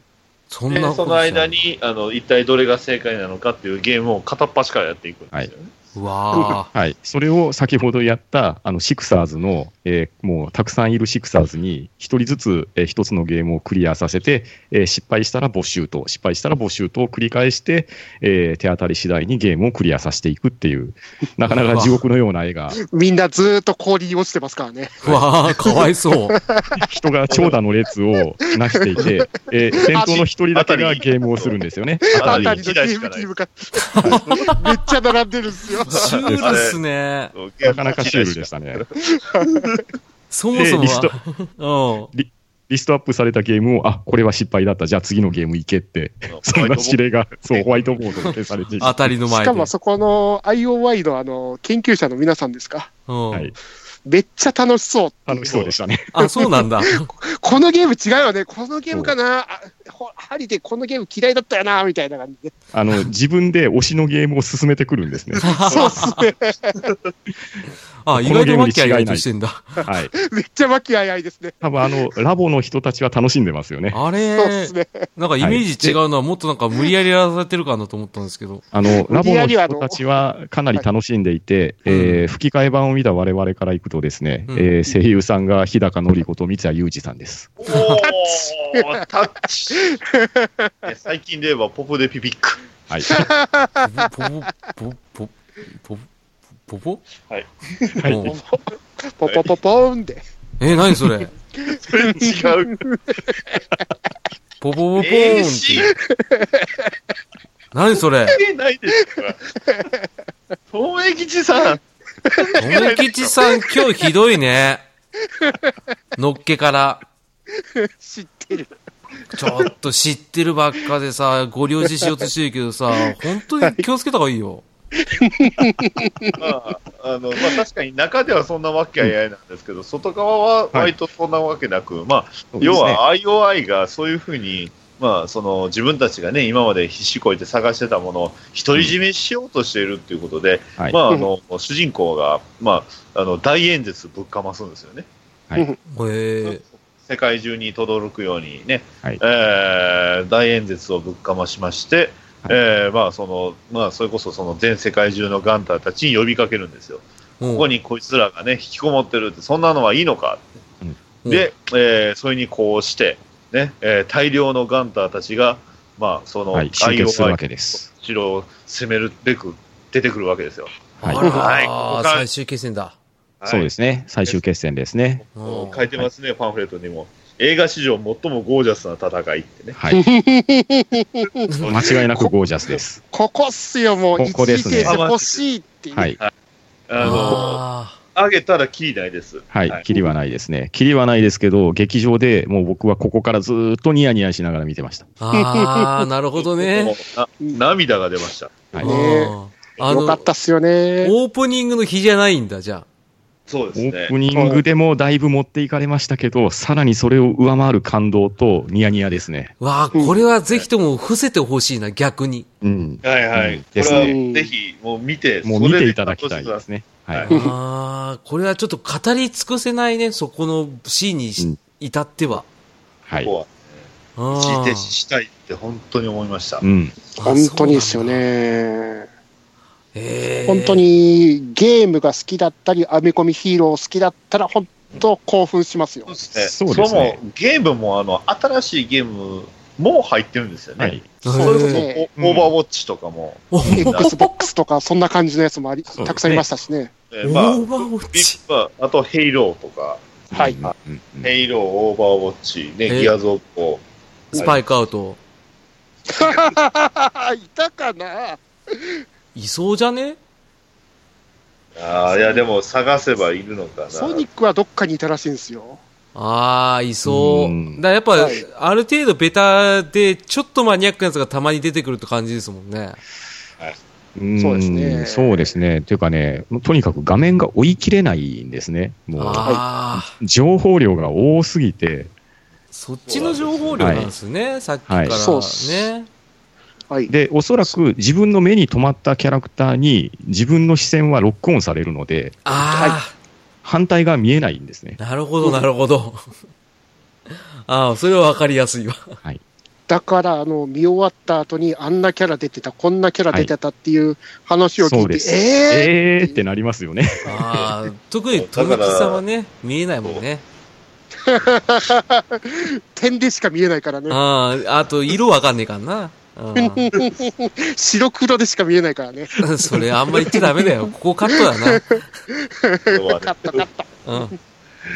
Speaker 2: そん
Speaker 3: で
Speaker 2: なこと
Speaker 3: その間にあの一体どれが正解なのかっていうゲームを片っ端からやっていくんですよね。
Speaker 2: うわ
Speaker 4: はい。それを先ほどやった、あの、シクサーズの、えーもうたくさんいるシクサーズに、一人ずつ、えー一つのゲームをクリアさせて、えー失敗したら没収と、失敗したら没収とを繰り返して、えー手当たり次第にゲームをクリアさせていくっていう、なかなか地獄のような絵が、
Speaker 1: みんなずーっと氷に落ちてますからね。
Speaker 2: ー、わー、かわいそう。
Speaker 4: 人が長蛇の列をなしていて、え
Speaker 3: *laughs*
Speaker 4: ー先頭の一人だけがゲームをするんですよね。
Speaker 3: あ
Speaker 1: あ
Speaker 3: り
Speaker 1: たりのゲーム機に向かって。 *laughs* めっちゃ並んでるんですよ。
Speaker 2: シュールっすね。
Speaker 4: なかなかシュールでしたね。
Speaker 2: そもそも
Speaker 4: でリスト
Speaker 2: は、うん。
Speaker 4: リストアップされたゲームを、あこれは失敗だった、じゃあ次のゲーム行けって、そんな指令が、そう、ホワイトボードで消されていて、
Speaker 2: 当たりの
Speaker 1: し
Speaker 2: 前
Speaker 1: か
Speaker 2: で。
Speaker 1: もそこの IOY のあの研究者の皆さんですか。
Speaker 2: うん
Speaker 4: はい、
Speaker 1: めっちゃ楽しそう。
Speaker 4: *laughs* 楽しそうでしたね。
Speaker 2: あ、そうなんだ。
Speaker 1: このゲーム違うよね。このゲームかな。あほハリでこのゲーム嫌いだったよな、みたいな感じで。
Speaker 4: あの自分で推しのゲームを進めてくるんですね。
Speaker 1: そうっすね。
Speaker 2: あ、意外と訳ありないとしてんだ。
Speaker 4: はい、
Speaker 1: めっちゃ和気あいあいですね。
Speaker 4: 多分あのラボの人たちは楽しんでますよね。
Speaker 1: そう
Speaker 2: あ
Speaker 1: っ
Speaker 2: れ
Speaker 1: す、ね。
Speaker 2: なんかイメージ違うのはもっとなんか無理やりやらされてるかなと思ったんですけど。
Speaker 4: あのラボ
Speaker 1: 無理や
Speaker 4: の
Speaker 1: りはあの
Speaker 4: 人たちはかなり楽しんでいて、
Speaker 2: はい
Speaker 4: えー吹き替え版を見た我々からいくとですね、
Speaker 2: うん
Speaker 4: えー声優さんが日高のり子と三谷裕二さんです。
Speaker 3: おータッ
Speaker 2: *laughs*
Speaker 3: チえ最近で言えばポポでピピック。
Speaker 4: はい、
Speaker 2: ポポ、ポポ、ポポ、ポポ
Speaker 4: はい
Speaker 2: うん
Speaker 1: ポポポポーンで。
Speaker 2: え、何それ
Speaker 3: それ違う。
Speaker 2: ポポポポーンっ
Speaker 3: *laughs* えー
Speaker 2: ていう。何それ
Speaker 3: えないです
Speaker 2: *laughs*
Speaker 3: から。遠江吉さん。
Speaker 2: 米吉さん今日ひどいね。のっけから。
Speaker 1: 知ってる。
Speaker 2: ちょっと知ってるばっかでさ、ご了承しようとしてるけどさ、本当に気をつけた方がいいよ。
Speaker 3: まあ、あの、まあ、確かに中ではそんなわけあいあいなんですけど、外側は割とそんなわけなく、まあ、要は IOI がそういうふうに、まあ、その自分たちがね、今まで必死こいて探してたものを独り占めしようとしているっていうことで、
Speaker 4: はい
Speaker 3: まあ、あの、主人公が、まあ、あの、大演説ぶっかますんですよね。
Speaker 2: え
Speaker 3: 世界中に轟くようにね、
Speaker 4: はい
Speaker 3: えー大演説をぶっかましまして、
Speaker 4: はい
Speaker 3: えーまあその、まあそれこそその全世界中のガンターたちに呼びかけるんですよ。
Speaker 2: ー、も
Speaker 3: こ
Speaker 2: う
Speaker 3: こにこいつらがね、引きこもってるって、そんなのはいいのか
Speaker 4: うん
Speaker 2: うん
Speaker 3: で、えーそれにこうして、ね、えー大量のガンターたちが、まあその、
Speaker 4: はい、集結するわけです。
Speaker 3: 城を攻めるべく出てくるわけですよ。
Speaker 4: はい
Speaker 2: あらー
Speaker 3: はいここから。
Speaker 2: 最終決戦だ。
Speaker 4: そうですすね、最終決戦ですね。
Speaker 2: うん
Speaker 3: 書いてますね、パンフレットにも。映画史上最もゴージャスな戦いってね。
Speaker 4: はい、間違いなくゴージャ
Speaker 1: *laughs*
Speaker 4: スです。
Speaker 1: ここっすよ、もう。
Speaker 4: ここですね
Speaker 1: 一時停止欲しいっていう。
Speaker 4: はい、
Speaker 3: あの、
Speaker 2: あ
Speaker 3: あげたらキリないです。
Speaker 4: はい、キリはないですね。キリはないですけど、劇場でもう僕はここからずーっとニヤニヤしながら見てまし
Speaker 2: ー
Speaker 4: た。
Speaker 2: あー、なるほどね。
Speaker 3: あ涙が出ました。
Speaker 4: は
Speaker 2: あ
Speaker 4: い、
Speaker 1: ね
Speaker 4: オ
Speaker 2: ーあ
Speaker 1: よかっ
Speaker 2: の、
Speaker 1: たっすよね。
Speaker 2: オープニングの日じゃないんだ、じゃ
Speaker 3: そうです
Speaker 4: ー
Speaker 3: ね
Speaker 4: プ。ニングでもだいぶ持っていかれましたけど、さらにそれを上回る感動とニヤニヤですね。
Speaker 2: あ。わあ、これはぜひとも伏せてほしいな、逆に。
Speaker 4: うん、
Speaker 3: はいはい。
Speaker 4: うん
Speaker 3: これ
Speaker 4: です
Speaker 3: は
Speaker 1: ね
Speaker 3: ぜひ、もう見て、
Speaker 4: もう見ていただきた
Speaker 3: それ
Speaker 4: いで
Speaker 3: 楽し
Speaker 4: す
Speaker 3: んだ
Speaker 4: ね。はい、
Speaker 1: うん
Speaker 2: ああ、これはちょっと語り尽くせないね、そこのシーンにし
Speaker 4: うん
Speaker 2: 至っては。
Speaker 4: はい
Speaker 3: こ、こ
Speaker 2: あ
Speaker 3: は、
Speaker 2: ー
Speaker 3: 一時停止したいって本当に思いました
Speaker 4: う。ん、
Speaker 2: あ
Speaker 1: 本当にですよ。
Speaker 2: そうなんだ
Speaker 1: ね。
Speaker 2: えー
Speaker 1: 本当。にゲームが好きだったり、アメコミヒーロー好きだったら、本当興奮しますよ
Speaker 3: そう。ですね。
Speaker 4: そ
Speaker 3: そうう
Speaker 4: ですね
Speaker 3: もゲームも、あの、新しいゲームも入ってるんですよね。
Speaker 4: はい、
Speaker 3: それこそ、
Speaker 1: へー
Speaker 3: おオーバーウォッチとかも、
Speaker 2: お
Speaker 1: Xbox とか、そんな感じのやつもあり、
Speaker 4: そうですね
Speaker 1: たくさんいましたしね。
Speaker 3: えーまあ
Speaker 2: オーバーウォッチ。
Speaker 3: まあ、あと、ヘイローとか、
Speaker 1: はい
Speaker 4: うんうんうん
Speaker 3: ヘイロー、オーバーウォッチ、ね、
Speaker 2: えー
Speaker 3: ギアズオッコ、
Speaker 2: スパイクアウト。
Speaker 1: いたかない
Speaker 2: そうじゃね
Speaker 3: ああ、いや、でも探せばいるのかな。
Speaker 1: ソニックはどっかにいたらしいんですよ。
Speaker 2: ああ、いそうう。
Speaker 4: ん
Speaker 2: だからやっ
Speaker 1: は
Speaker 2: ぱ、
Speaker 1: い
Speaker 2: ある程度ベタで、ちょっとマニアックなやつがたまに出てくるって感じですもんね。
Speaker 4: うん
Speaker 1: そうですね
Speaker 4: そうですね。というかね、もうとにかく画面が追い切れないんですね。もう、
Speaker 2: ああ、
Speaker 4: 情報量が多すぎて、
Speaker 2: そっちの情報量なんですね、さっきから、
Speaker 4: はい
Speaker 1: そうっす
Speaker 2: ね。
Speaker 1: はい。
Speaker 4: で、おそらく自分の目に留まったキャラクターに自分の視線はロックオンされるので、
Speaker 2: あ
Speaker 4: 反対が見えないんですね
Speaker 2: あ、。なるほど、なるほど。 *laughs* ああ、それはわかりやすいわ。
Speaker 4: はい。
Speaker 1: だから、あの、見終わった後に、あんなキャラ出てた、こんなキャラ出てたっていう話を聞
Speaker 4: そ
Speaker 1: いう
Speaker 4: で
Speaker 1: て、
Speaker 4: す
Speaker 1: え
Speaker 4: えーってなりますよね。
Speaker 2: ああ、特に富吉さんはね、見えないもんね。
Speaker 1: ー、点でしか見えないからね。
Speaker 2: ああ、あと、色わかんねえかんな。う
Speaker 1: 白黒でしか見えないからね。
Speaker 2: ん、 *laughs* それあんま言っちゃダメだよ。ここカットだ
Speaker 3: これはね
Speaker 1: カットカット。
Speaker 2: な。うん。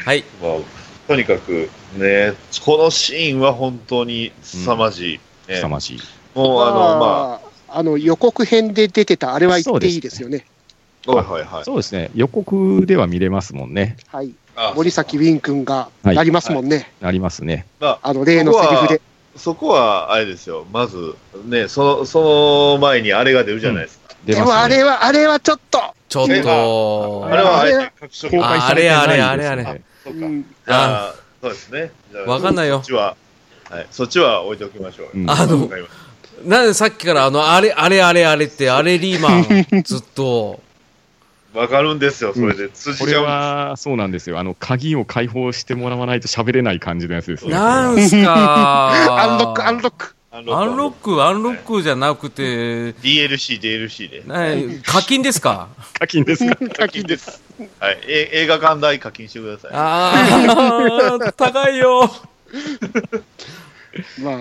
Speaker 2: はい。
Speaker 3: まあ、とにかくね、このシーンは本当に凄まじい。ね
Speaker 4: 凄まじい。
Speaker 3: もうあの、ま
Speaker 1: あー、あの予告編で出てた、あれは言っていいですよね。
Speaker 3: あ、はいはいはい。
Speaker 4: そうですね。予告では見れますもんね。
Speaker 1: はい。
Speaker 3: あ
Speaker 1: 森崎ウィン君が
Speaker 4: はい
Speaker 1: なりますもんね。
Speaker 4: なりますね。
Speaker 3: まあ、
Speaker 1: あの、例のセリフで。
Speaker 3: そこはあれですよ。まず、ね、その、その前にあれが出るじゃないですか。
Speaker 4: 出
Speaker 1: で
Speaker 4: ますね
Speaker 1: もあれは、あれはちょっと、
Speaker 2: ちょっと、
Speaker 3: あれはあえて隠しと
Speaker 4: 公
Speaker 3: く
Speaker 4: 開
Speaker 2: あ
Speaker 4: されてないんですよね
Speaker 2: あれあれあれあれ
Speaker 3: そううか。じ
Speaker 1: ん、
Speaker 3: ゃあ、そうですね。じゃあ
Speaker 2: わかんないよ
Speaker 3: そっちは、はい、そっちは置いておきましょう
Speaker 4: う
Speaker 3: よ。
Speaker 4: ん
Speaker 2: あの
Speaker 3: わかりました
Speaker 2: なんでさっきからあの、あれ、あれ、あれ、あれって、あれリーマン、ずっと。
Speaker 3: わかるんですよ、それで。通じ
Speaker 4: こ
Speaker 3: ち
Speaker 4: れ
Speaker 3: ゃうんで
Speaker 4: はそうなんですよ。あの、鍵を解放してもらわないと喋れない感じのやつですね。
Speaker 2: なんすか
Speaker 1: *laughs* アンロック、アンロック。
Speaker 3: す。アン
Speaker 2: アンロック、アンロックじゃなくて、
Speaker 3: DLC、DLC で。
Speaker 2: な課金ですか
Speaker 4: 課金ですか
Speaker 1: 課金です。
Speaker 3: はい。え映画館代課金してください。
Speaker 2: ああ、高いよ。
Speaker 1: まあ、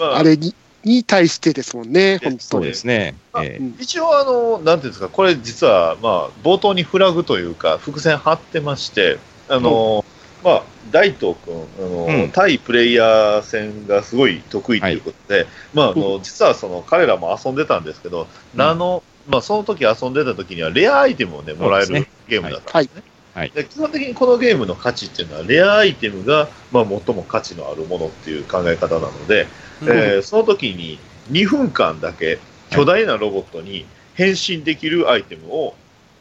Speaker 3: まあ
Speaker 1: あれにに対してですもんね、
Speaker 3: で
Speaker 1: 本
Speaker 4: そ
Speaker 1: 当
Speaker 4: う
Speaker 1: に。
Speaker 4: ですね。えー
Speaker 3: 一応、あの、なんていうんですか、これ実は、まあ、冒頭にフラグというか、伏線張ってまして、あの、まあ、大東君、あの、
Speaker 4: うん
Speaker 3: 対プレイヤー戦がすごい得意ということで、まあ、あの、実はその、彼らも遊んでたんですけど、
Speaker 4: うん
Speaker 3: あの、まあ、その時遊んでた時には、レアアイテムをね、もらえ
Speaker 4: そう
Speaker 3: る
Speaker 4: ですね
Speaker 3: ゲームだったんですね。
Speaker 4: はいはい
Speaker 3: で基本的にこのゲームの価値っていうのは、レアアイテムが、まあ、最も価値のあるものっていう考え方なので、えーその時に2分間だけ巨大なロボットに変身できるアイテムを、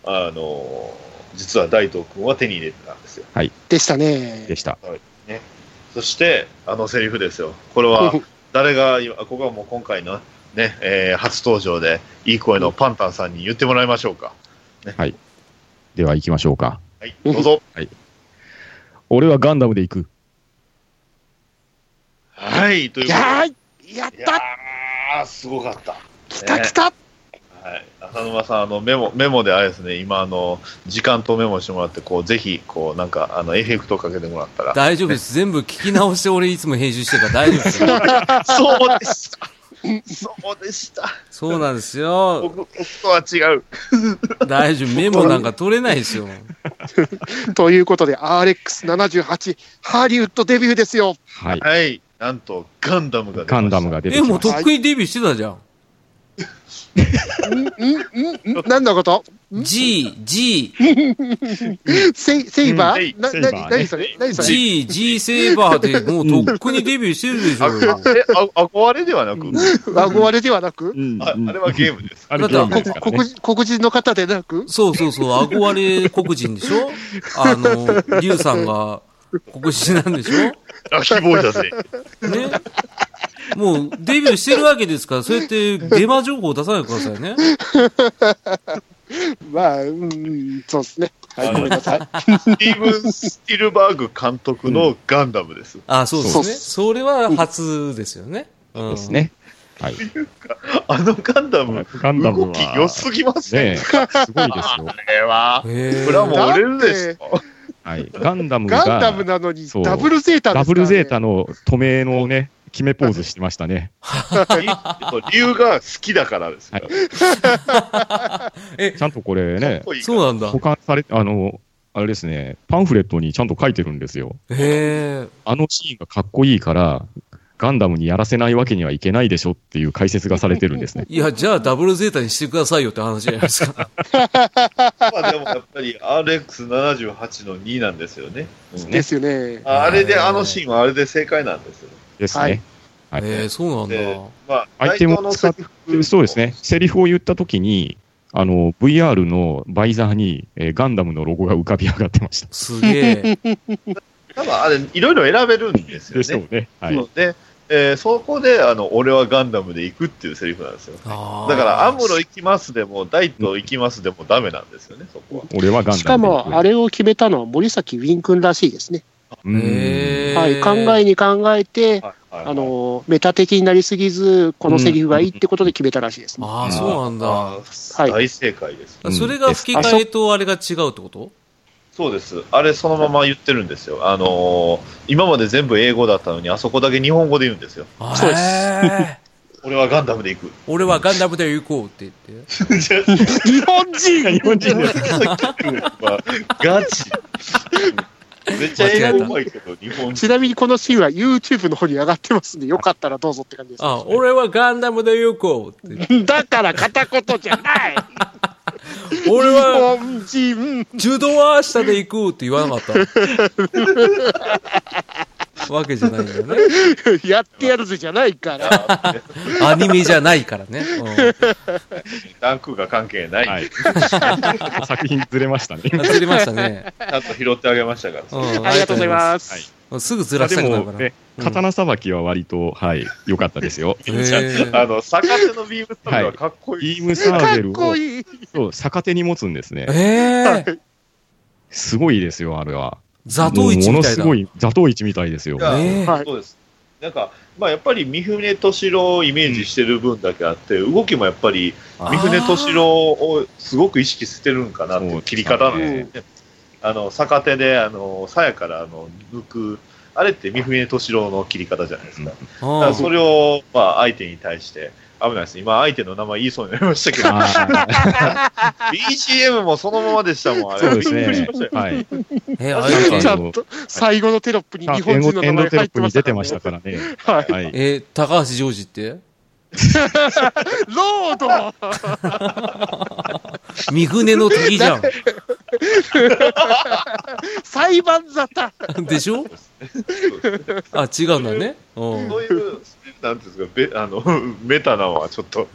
Speaker 3: あのー実は大東君は手に入れてたんですよ。
Speaker 1: でしたね
Speaker 4: で。した。
Speaker 3: そして、あのセリフですよ。こ
Speaker 1: *laughs*
Speaker 3: れは誰が今、ここはもう今回のね、えー初登場でいい声のパンタンさんに言ってもらいましょうか。
Speaker 4: では行きましょうか。
Speaker 3: はい、どうぞ。
Speaker 4: 俺はガンダムで行く。
Speaker 3: はい、という
Speaker 1: *laughs*
Speaker 3: こ
Speaker 1: や
Speaker 3: とで
Speaker 1: ーいやっ
Speaker 3: いや
Speaker 1: た
Speaker 3: ー、すごかった。
Speaker 1: 来た来た
Speaker 3: はい、浅沼さん、あのメモメモであれですね、今あの、時間とメモしてもらって、こうぜひこうなんかあのエフェクトかけても
Speaker 2: *laughs*
Speaker 3: らったら、
Speaker 2: 大丈夫です。全部聞き直して俺いつも編集してるから大丈夫ですよ。
Speaker 3: そうでした、 *laughs* そうでした、
Speaker 2: そうなんですよ。
Speaker 3: 僕僕とは違う、
Speaker 2: 大丈夫。メモなんか取れないですよ。
Speaker 1: ということで、RX78、ハリウッドデビューですよ。
Speaker 4: はい。
Speaker 3: はい、なんとガンダムが出ました
Speaker 4: ガンダムが出て
Speaker 2: え、
Speaker 4: き
Speaker 2: もう
Speaker 4: ま
Speaker 2: と
Speaker 4: し
Speaker 2: っくにデビューしてたじゃん。
Speaker 1: んんんん何のこと
Speaker 2: G、G、
Speaker 1: セイセイバー、
Speaker 3: うん
Speaker 1: な
Speaker 4: セイバーね
Speaker 1: な何それ何それ
Speaker 2: G、G セーバーでもうとっくにデビューしてるでしょ。
Speaker 3: えあ憧れではなく、
Speaker 1: 憧れではなく、
Speaker 4: うん
Speaker 3: ああれはゲームです。
Speaker 4: あれゲーム
Speaker 2: だ
Speaker 1: こ
Speaker 4: ですから
Speaker 1: 黒
Speaker 4: ね。
Speaker 1: 人黒人の方でなく、
Speaker 2: そうそうそう、憧れ黒人でしょあの、リュウさんが黒人なんでしょ
Speaker 3: ラッキーボーイだぜ。
Speaker 2: ねもうデビューしてるわけですから、そうやってデマ情報を出さないでくださいね。
Speaker 1: まあ、うん、そうですね。はい、
Speaker 3: あの
Speaker 1: ごめんなさい。
Speaker 3: スティーブン・スティルバーグ監督のガンダムです。
Speaker 2: あ、そうですね。
Speaker 1: そうっす
Speaker 2: それは初ですよね。うん
Speaker 4: です。ね。はい。
Speaker 3: あのガンダム、
Speaker 4: ガンダムは
Speaker 3: 動き良すぎます
Speaker 4: ねえ、
Speaker 3: ね。
Speaker 4: すごいですよ。
Speaker 3: あれは、
Speaker 2: へー
Speaker 3: これはもう売れるでしょ。
Speaker 4: *laughs* はい。ガンダム
Speaker 1: ガンダムな
Speaker 4: が、
Speaker 1: のに
Speaker 4: そう
Speaker 1: ダブルゼータで
Speaker 4: ダ
Speaker 1: すか
Speaker 4: ブ
Speaker 1: らね
Speaker 4: ルゼータの止めのね、決めポーズしてましたね。
Speaker 3: 理由が好きだからですよ。
Speaker 2: え
Speaker 4: ち、ゃんとこれね、
Speaker 2: そうなんだ
Speaker 4: 保。管されて、あの、あれですね、パンフレットにちゃんと書いてるんですよ。
Speaker 2: へえ。
Speaker 4: あのシーンがかっこいいから、ガンダムにやらせないわけにはいけないでしょっていう解説がされてるんで
Speaker 2: *laughs*
Speaker 4: すね。
Speaker 2: いや、じゃあダブルゼータにしてくださいよって話じゃないですか。
Speaker 3: まあでもやっぱり RX78 の2なんですよね。
Speaker 1: ですよね。
Speaker 3: ああれで、あのシーンはあれで正解なんですよ。
Speaker 4: です
Speaker 1: は
Speaker 4: ね
Speaker 1: い。
Speaker 4: はい
Speaker 2: えー、そうなんだ。
Speaker 3: で、まあ、
Speaker 4: アイテムを使
Speaker 3: 内藤
Speaker 4: っ
Speaker 3: のセリフ
Speaker 4: そうですね、セリフを言ったときに、あの VR のバイザーに、えーガンダムのロゴが浮かび上がってました。
Speaker 2: すげえ。
Speaker 1: *laughs*
Speaker 3: 多分あれ、いろいろ選べるんですよ
Speaker 4: でしょ
Speaker 3: ね。
Speaker 4: うね。はい
Speaker 3: そうで、えーそこであの、俺はガンダムで行くっていうセリフなんですよ。
Speaker 2: あー
Speaker 3: だから、アムロ行きますでも、ダイト行きますでもダメなんですよね、そこは。
Speaker 4: 俺はガンダム
Speaker 1: しかも、あ
Speaker 4: れ、
Speaker 1: れを決めたのは森崎ウィン君らしいですね。
Speaker 4: うん
Speaker 2: へー
Speaker 1: はい、考えに考えて、
Speaker 3: はいはいはい
Speaker 1: あのメタ的になりすぎず、このセリフがいいってことで決めたらしいですね。
Speaker 2: ああ、そうなんだ。
Speaker 3: あー
Speaker 1: はい
Speaker 3: 大正解です。
Speaker 4: うん
Speaker 2: それが吹き替えとあれが違うってこと
Speaker 3: そうです。あれ、そのまま言ってるんですよ。あのー今まで全部英語だったのに、あそこだけ日本語で言うんですよ。
Speaker 1: そうです
Speaker 2: へー
Speaker 3: 俺はガンダム
Speaker 2: *laughs*
Speaker 3: で行く。
Speaker 2: 俺はガンダムで行こうって言って。
Speaker 3: じゃあ
Speaker 1: 日本人
Speaker 4: 日本人で
Speaker 3: まあガチ。めっちゃ英語うまいけど、日本人。
Speaker 1: ちなみにこのシーンは YouTube の方に上がってますんで、よかったらどうぞって感じです。
Speaker 2: あ、俺はガンダムで行こうって言って。
Speaker 1: だから片言じゃない
Speaker 2: 俺は
Speaker 1: *laughs* 日本人
Speaker 2: 柔道は明日で行こうって言わなかった。わけじゃないんだよね。
Speaker 1: *laughs* やってやるぜじゃないから。
Speaker 2: アニメじゃないからね。
Speaker 3: ランクが関係ない。
Speaker 4: はい、作品ずれましたね。
Speaker 2: うん。ずれましたね。
Speaker 3: ちゃんと拾ってあげましたか
Speaker 2: う
Speaker 3: ら。
Speaker 2: ん
Speaker 1: ありがとうございます
Speaker 4: はい
Speaker 1: す。
Speaker 2: す。すぐずらした
Speaker 4: で
Speaker 2: くなる
Speaker 4: も
Speaker 2: か、ら。
Speaker 4: ね、刀さばきは割と、はい、良かった
Speaker 1: *laughs*
Speaker 4: ですよ。
Speaker 3: ちゃん
Speaker 2: へー
Speaker 3: あの、逆手のビームスタールはかっこいい。
Speaker 4: ビームサ
Speaker 1: か
Speaker 4: ーベ
Speaker 1: っ
Speaker 4: ル
Speaker 1: こ
Speaker 4: を
Speaker 1: いい。
Speaker 4: そう逆手に持つんですね。
Speaker 2: えー、
Speaker 4: すごいですよ、あれは。
Speaker 2: 座頭市
Speaker 4: も
Speaker 2: み
Speaker 4: うもの
Speaker 2: たい
Speaker 4: す
Speaker 2: だ
Speaker 4: ご。い、座頭市みたいですよ。
Speaker 3: いや
Speaker 2: ねえ
Speaker 1: はい
Speaker 3: そうです。なんか、まあやっぱり三船敏郎をイメージしてる分だけあって、動きもやっぱり三船敏郎をすごく意識してるんかなってい
Speaker 4: そう
Speaker 3: う切り方なんですよね。あの、逆手で、あの、鞘からあの抜く、あれって三船敏郎の切り方じゃないですか。だから
Speaker 2: あー
Speaker 3: それを、まあ、相手に対して、危ないです。今、相手の名前言いそうになりましたけど、
Speaker 4: あー
Speaker 3: BCM もそのままでしたもん、あ
Speaker 4: そ
Speaker 3: れ。
Speaker 4: うです
Speaker 3: びっくりし
Speaker 4: ね
Speaker 3: ましたよ。。
Speaker 4: はい。
Speaker 2: えあ
Speaker 4: なん
Speaker 2: れ
Speaker 4: か
Speaker 1: ちゃんと最後のテロップに
Speaker 4: あ
Speaker 1: 日
Speaker 4: エ
Speaker 1: 本
Speaker 4: ンド
Speaker 1: 人の
Speaker 4: エ
Speaker 1: 名
Speaker 4: ンド
Speaker 1: 前
Speaker 4: テロ
Speaker 1: 入っ
Speaker 4: ッ
Speaker 1: て
Speaker 4: プ
Speaker 1: ま
Speaker 4: に
Speaker 1: したか
Speaker 4: 出て
Speaker 1: ら
Speaker 4: まし
Speaker 1: ね
Speaker 4: たからね。
Speaker 1: はい。
Speaker 4: はい。
Speaker 2: えー高橋ジョージって
Speaker 1: ロード
Speaker 2: 三船の敵じゃん。
Speaker 1: 裁判沙汰
Speaker 2: でしょあ、違うんだね。うん
Speaker 3: そういう、なんていうんですか、べあのメタなのはちょっと、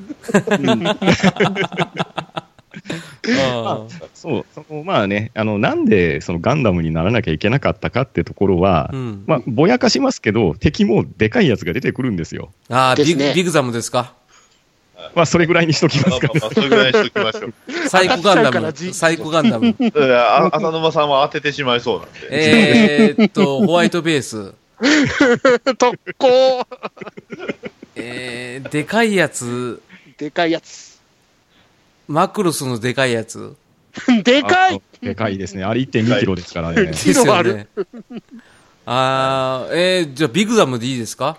Speaker 2: あ
Speaker 4: そう、そのまあね、あの、なんでそのガンダムにならなきゃいけなかったかってところは
Speaker 2: ー、うん
Speaker 4: まあ、ぼやかしますけど、敵もでかいやつが出てくるんですよ。
Speaker 2: あー、
Speaker 1: で
Speaker 2: ビ
Speaker 1: す
Speaker 2: グ
Speaker 1: ね
Speaker 2: ビグザムですか。
Speaker 4: まあ、それぐらいにしときま
Speaker 3: まあ
Speaker 4: すか
Speaker 3: まあまあ、それぐらいにしときましょう。
Speaker 2: サイコガ
Speaker 1: 当たっちゃ
Speaker 2: ンダ
Speaker 1: うから
Speaker 2: ム。
Speaker 1: じ
Speaker 2: サイコガンダ
Speaker 1: *laughs*
Speaker 2: ム。
Speaker 3: だからあ浅沼さんは当ててしまいそうなんで。
Speaker 2: えーっと、ホワイトベース。
Speaker 1: 特攻
Speaker 2: えー、でかいやつ。
Speaker 1: でかいやつ。
Speaker 2: マクロスのでかいやつ。
Speaker 1: でか
Speaker 4: あ
Speaker 1: い
Speaker 4: でかいですね。あれ1.2キロですからね。
Speaker 2: です
Speaker 1: 色あ
Speaker 2: よ
Speaker 1: る
Speaker 2: ね。あー、えー、じゃあビグザムでいいですか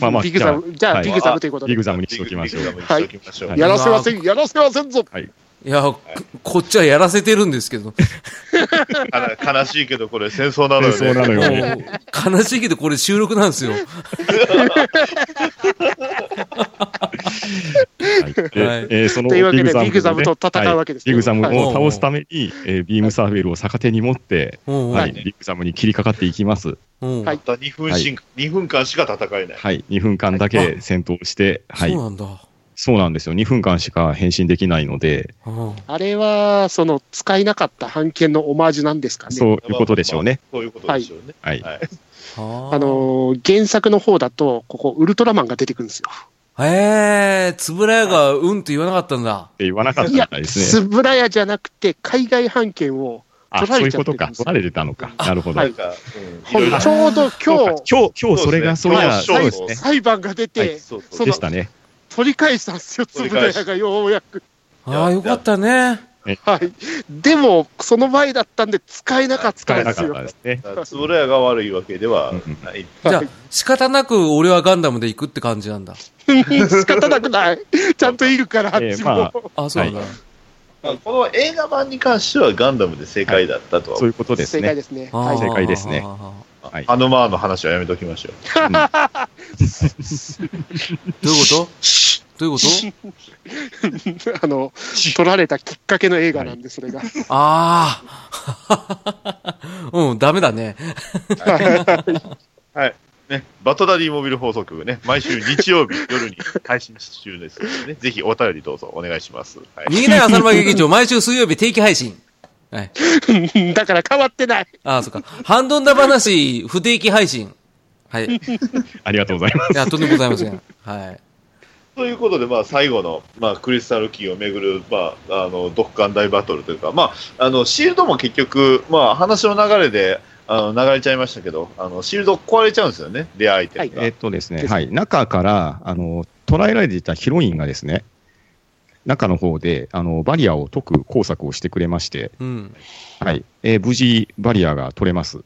Speaker 4: まあまあ
Speaker 1: ビグザム、じゃあ
Speaker 4: はい
Speaker 1: ビグザムということ
Speaker 4: ビ
Speaker 1: で。
Speaker 4: グザムにしときましょ
Speaker 3: ビ
Speaker 4: う
Speaker 3: グ。ザムにしときましょう。
Speaker 4: はい
Speaker 1: やらせません、やらせませんぞ
Speaker 2: いや、ここっちはやらせてるんですけど。
Speaker 3: あら悲しいけど、これ戦争なのよ、ね。
Speaker 4: そうなのよ
Speaker 2: もう
Speaker 4: ね。
Speaker 2: 悲しいけど、これ収録なんですよ。
Speaker 4: はいで
Speaker 2: はい
Speaker 4: えーその
Speaker 1: というわけでビ
Speaker 4: ビ
Speaker 1: グ
Speaker 4: グ
Speaker 1: ザ
Speaker 4: ザ
Speaker 1: ム
Speaker 4: ム
Speaker 1: と
Speaker 4: と
Speaker 1: 戦うわけですけ
Speaker 4: ビ
Speaker 1: ど
Speaker 4: グザムを
Speaker 2: はい
Speaker 4: 倒すために、えービームサーベルを逆手に持って、
Speaker 2: うんうん
Speaker 4: はい、
Speaker 3: はい
Speaker 4: ビグザムに切りかかっていきます。
Speaker 2: うん
Speaker 1: はい
Speaker 3: たった2分しん、二分間しか戦えない。
Speaker 4: はい、2分間だけ戦闘して、はい、
Speaker 2: そうなんだ。
Speaker 4: そうなんですよ。2分間しか変身できないので、
Speaker 2: うん
Speaker 1: あれは、その、使えなかった版権のオマージュなんですかね。
Speaker 4: そういうことでしょうね。
Speaker 3: そういうことでしょうね。
Speaker 4: はい。
Speaker 3: はい
Speaker 2: あ
Speaker 1: あのー、原作の方だと、ここ、ウルトラマンが出てくるんですよ。
Speaker 2: ええー、つぶらやがうんって言わなかったんだ。
Speaker 4: って言わなかった
Speaker 1: い
Speaker 4: み
Speaker 1: や
Speaker 4: たい、ですね。
Speaker 1: つぶらやじゃなくて、海外版権を、
Speaker 4: あ、
Speaker 1: 取ら
Speaker 4: そう
Speaker 1: れ
Speaker 4: いう
Speaker 1: ちゃって
Speaker 4: こと
Speaker 1: るん
Speaker 4: か。
Speaker 1: です
Speaker 4: 取られてたのか。なるほど。
Speaker 1: は
Speaker 3: ないんか、う
Speaker 1: ほ
Speaker 3: ん、いろい
Speaker 1: ん
Speaker 3: ろ
Speaker 1: ちょうど
Speaker 4: そう
Speaker 1: 今
Speaker 4: か
Speaker 1: 日、
Speaker 4: 今日、今日それが
Speaker 3: そ
Speaker 4: そうう
Speaker 3: ですね今
Speaker 4: や、そう
Speaker 3: 日
Speaker 4: ですね。
Speaker 1: 裁判が出て、
Speaker 3: そうそう
Speaker 1: そ
Speaker 4: で
Speaker 1: の
Speaker 4: したね。
Speaker 1: 取り返したんですよ、つぶらやがようやく。
Speaker 2: ああ、よかったね。
Speaker 1: はい。でも、その前だったんで、使えなかっ
Speaker 4: 使
Speaker 1: た
Speaker 4: え
Speaker 1: んで
Speaker 4: な
Speaker 1: す
Speaker 4: かっ
Speaker 1: よ
Speaker 4: た。ですね。
Speaker 3: だからつぶらやが悪いわけではない。
Speaker 2: じゃあ
Speaker 1: はい、
Speaker 2: 仕方なく俺はガンダムで行くって感じなんだ。
Speaker 1: *laughs* 仕方なくない。ちゃんといるから、あっ
Speaker 4: ええ
Speaker 1: ち
Speaker 4: ま
Speaker 1: も
Speaker 4: あ。
Speaker 2: あそうなんだ。
Speaker 4: は
Speaker 3: まあこの映画版に関してはガンダムで正解だったとは
Speaker 4: そういうことです
Speaker 1: 正解
Speaker 4: ね。
Speaker 1: ですね。
Speaker 2: あー
Speaker 1: はい。 *laughs*
Speaker 4: 正解ですね。
Speaker 2: あーあ
Speaker 4: はい。
Speaker 3: ハノマーの話はやめときましょう。
Speaker 2: ーどういう
Speaker 4: *laughs*
Speaker 2: ことどういうこ
Speaker 1: あの、取られたきっかけの映画なんで、それが。 *laughs*
Speaker 2: とああ。 *laughs* うん、ダメだね。
Speaker 3: ね、バトダディモビル放送局ね、毎週日曜日夜に配信中ですのでね、ぜひお便りどうぞお願いします。はい。
Speaker 2: 逃げない浅沼劇場、毎週水曜日定期配信。はい。
Speaker 1: だから変わってない。
Speaker 2: ああ、そっか。ハンドンダ話、不定期配信。はい。い
Speaker 4: ありがとうございます。
Speaker 2: や、とんでもございません。はい。
Speaker 3: ということで、まあ、最後の、まあ、クリスタルキーをめぐる、まあ、あの独眼大バトルというか、まあ、あのシールドも結局、まあ、話の流れであの流れちゃいましたけどあのシールド壊れちゃうんですよね、レアアイテムが。
Speaker 4: えっとですね、
Speaker 1: ですね
Speaker 4: はい、中からあの捕らえられていたヒロインがですね、中の方であのバリアを解く工作をしてくれまして、
Speaker 2: うん。
Speaker 4: はいえー無事バリアが取れます。
Speaker 2: う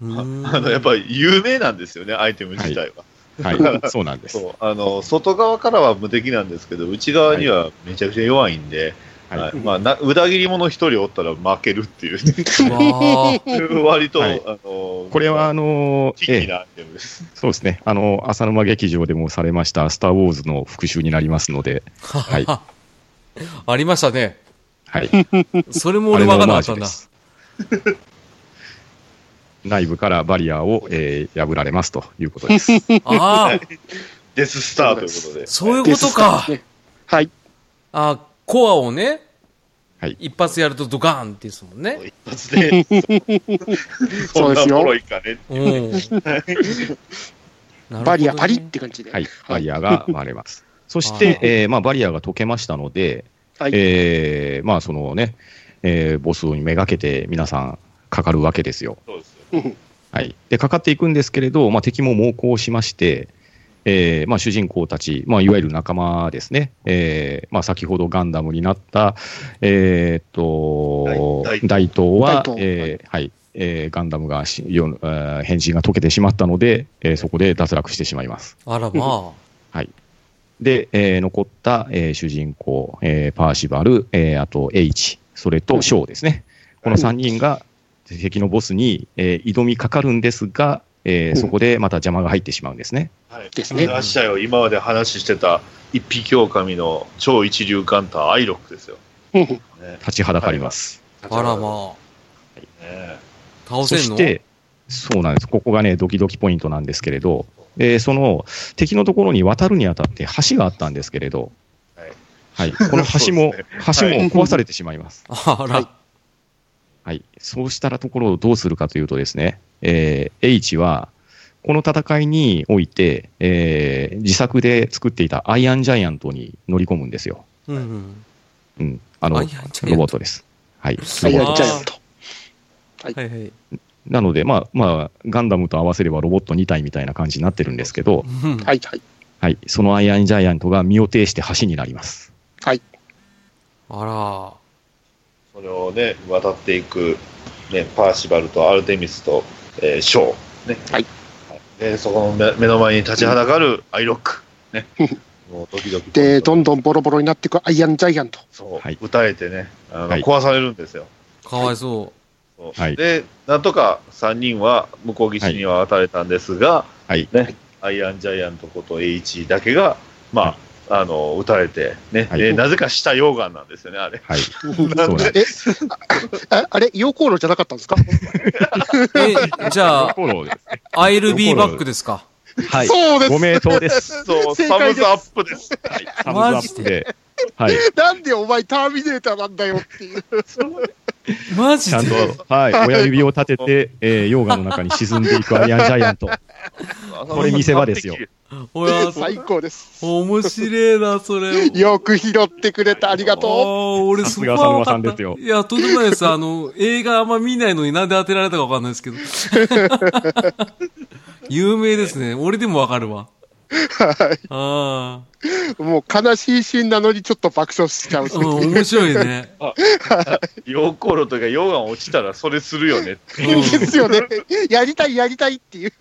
Speaker 3: あ
Speaker 2: ーん
Speaker 3: あのやっぱり有名なんですよね、アイテム自体は。
Speaker 4: *laughs* はい、そうなんです。
Speaker 3: そうあの外側からは無敵なんですけど、内側にはめちゃくちゃ弱いんで、
Speaker 4: はい
Speaker 3: はいまあ、な裏切り者一人おったら負けるっていう、
Speaker 2: わ
Speaker 3: 割と、
Speaker 4: はい
Speaker 3: あのこ
Speaker 4: これはあの
Speaker 3: キ
Speaker 4: え
Speaker 3: ッキ
Speaker 4: え
Speaker 3: なアイテムです。
Speaker 4: そうですね、あの浅沼劇場でもされました、スター・ウォーズの復習になりますの *laughs* で、はい、
Speaker 2: あありましたね。
Speaker 4: はい、
Speaker 2: それも俺分からなかったんだ。
Speaker 4: あれのオマージュです *laughs* 内部からバリアを、えー破られますということです。
Speaker 2: ああ、
Speaker 3: デススターということで。
Speaker 2: そういう
Speaker 1: で
Speaker 2: こ
Speaker 1: す
Speaker 2: とか。
Speaker 1: ねはい。
Speaker 2: あコアをね、
Speaker 4: はい
Speaker 2: 一発やるとドカーンってですもんね。
Speaker 3: 一発
Speaker 1: *laughs*
Speaker 3: で、そ
Speaker 1: そうんで
Speaker 3: な
Speaker 1: すよ
Speaker 3: ボロいかね。
Speaker 2: うん。なるほどね
Speaker 1: バリアパリって感じで。
Speaker 4: はい、バリアが割れます。そして、
Speaker 2: あー
Speaker 4: えーまあ、バリアが解けましたので、
Speaker 1: はい
Speaker 4: えーまあ、そのね、えーボスにめがけて皆さんかかるわけですよ。
Speaker 3: そうですよ
Speaker 1: うん
Speaker 4: はい、で、かかっていくんですけれど、まあ、敵も猛攻しまして、えーまあ、主人公たち、まあ、いわゆる仲間ですね、えーまあ、先ほどガンダムになった、えーっと
Speaker 3: 大
Speaker 4: 大東は
Speaker 1: 大東
Speaker 4: えーはいえーガンダムがしよえー変身が解けてしまったので、えーそこで脱落してしまいます。
Speaker 2: あらま
Speaker 4: で、えー残った、えー主人公、えーパーシバル、えーあと H、それとショーですね。この3人が敵のボスに、えー挑みかかるんですが、えー
Speaker 1: うん
Speaker 4: そこでまた邪魔が入ってしまうんですね。
Speaker 3: はい。
Speaker 1: です
Speaker 3: い
Speaker 1: ね。
Speaker 3: らっしゃいよ、今まで話してた一匹狼の超一流ガンター、アイロックですよ。
Speaker 1: うん
Speaker 3: ね
Speaker 4: 立ちはだかります。
Speaker 2: あ、あらまあ、
Speaker 3: ね
Speaker 2: 倒
Speaker 4: そ
Speaker 2: せん
Speaker 4: し
Speaker 2: の
Speaker 4: て、そうなんです。ここがね、ドキドキポイントなんですけれど、えーその敵のところに渡るにあたって橋があったんですけれど、
Speaker 3: はい
Speaker 4: はい、この橋も、
Speaker 3: そうで
Speaker 4: 橋
Speaker 3: はい
Speaker 4: も壊されてしまいます。
Speaker 2: あら、
Speaker 1: はい
Speaker 4: はい、そうしたらところをどうするかというとですね、えー H は、この戦いにおいて、えー自作で作っていたアイアンジャイアントに乗り込むんですよ。
Speaker 2: うんうん。
Speaker 4: うん、あの
Speaker 2: アイア
Speaker 4: ロ
Speaker 2: ンジャイアント
Speaker 4: ボットです。はい、
Speaker 1: は
Speaker 4: ロ
Speaker 1: い、
Speaker 4: ボ
Speaker 1: や
Speaker 4: ット
Speaker 1: っちゃうと。
Speaker 2: はいはい。
Speaker 4: なので、まあまあ、ガンダムと合わせればロボット2体みたいな感じになってるんですけど
Speaker 2: う、ん
Speaker 1: はい、はい。
Speaker 4: はい、そのアイアンジャイアントが身を挺して橋になります。
Speaker 2: あ
Speaker 3: それをね、渡っていく、ね、パーシバルとアルテミスと、えーショー、ね。
Speaker 1: はい
Speaker 3: で、そこの目目の前に立ちはだかるアイロック。ね。もうドキドキ。
Speaker 1: で、どんどんボロボロになっていくアイアンジャイアント。
Speaker 3: そう、
Speaker 4: はい
Speaker 3: 歌えてね、あの
Speaker 4: はい
Speaker 3: 壊されるんですよ。
Speaker 2: ら、かわいそ
Speaker 3: そう
Speaker 4: はい
Speaker 3: で、なんとか3人は向こう岸には渡れたんですが、
Speaker 4: はい
Speaker 3: ね、アイアンジャイアントこと H だけが、まあ、あの撃たれて、ね
Speaker 4: はい
Speaker 3: でなぜか下溶岩なんですよね、あれ。
Speaker 4: はい、
Speaker 3: なん
Speaker 4: *laughs* そうなん
Speaker 3: で
Speaker 1: え、ああれ、溶鉱炉じゃなかったんですか
Speaker 2: う。え、じゃあ、
Speaker 4: フォローです
Speaker 2: アイルビーバックですか。
Speaker 4: はい、
Speaker 1: そうです
Speaker 4: ご名
Speaker 3: *laughs*
Speaker 4: 答です。
Speaker 3: そう、
Speaker 1: 正
Speaker 3: サム
Speaker 1: 解で
Speaker 3: ズ
Speaker 1: す
Speaker 3: アップです。
Speaker 4: はい、サムズアップで、はい、
Speaker 1: なんでお前ターミネーターなんだよっていう。
Speaker 2: マジ
Speaker 4: ちゃんと
Speaker 2: で、
Speaker 4: はい、親指を立てて、えー、溶岩の中に沈んでいくアイアンジャイアント。これ見せ場ですよ
Speaker 2: ほら、
Speaker 1: 最高です。
Speaker 2: 面白いな、それ。
Speaker 1: よく拾ってくれた。ありが
Speaker 2: あ
Speaker 1: と
Speaker 2: あ、俺、そこは
Speaker 4: さすが浅
Speaker 2: 分
Speaker 4: 沼
Speaker 2: か
Speaker 4: さ
Speaker 2: っ
Speaker 4: ん
Speaker 2: た
Speaker 4: ですよ
Speaker 2: いや、とんでもないです。あの、映画あんま見ないのになんで当てられたか分かんないですけど。 *laughs* 有名ですね。俺でも分かるわ。あ
Speaker 1: う。もう悲しいシーンなのにちょっと爆笑しちゃう
Speaker 2: あ、。うん、面白いね。
Speaker 3: 溶鉱炉とか溶岩落ちたらそれするよねって
Speaker 2: う
Speaker 3: い
Speaker 1: いい
Speaker 3: うん
Speaker 1: ですよね。やりたい、やりたいっていう。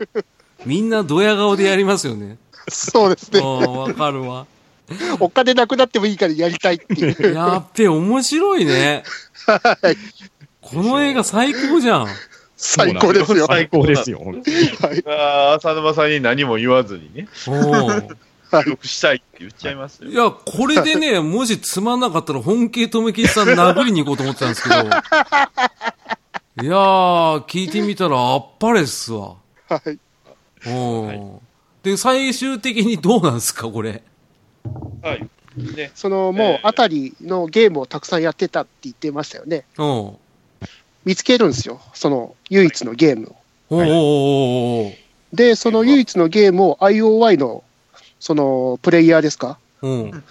Speaker 2: みんなドヤ顔でやりますよね。
Speaker 1: そうです
Speaker 2: あ
Speaker 1: ね。
Speaker 2: あ、分かるわ。
Speaker 1: お金なくなってもいいからやりたいっていう。
Speaker 2: やっべ、面白いね。この映画最高じゃん。
Speaker 1: 最高ですよ。は
Speaker 4: 最高ですよ。
Speaker 1: い。
Speaker 3: あー浅沼さんに何も言わずにね、
Speaker 2: おう
Speaker 1: はい
Speaker 3: 記録したいって言っちゃいますよ
Speaker 2: い。や、これでね、もしつまんなかったら本気止めきさん殴りに行こうと思ってたんですけど。いやー、聞いてみたらあっぱれっすわ。
Speaker 1: はい。
Speaker 2: うん。で、最終的にどうなんですか、これ。
Speaker 3: はい。ね。
Speaker 1: その、もう、あたりのゲームをたくさんやってたって言ってましたよね。
Speaker 2: うん。おう
Speaker 1: 見つけるんですよ。その、唯一のゲームを。
Speaker 2: おうおうおうおう
Speaker 1: で、その唯一のゲームを IOY の、その、プレイヤーですか
Speaker 2: うん。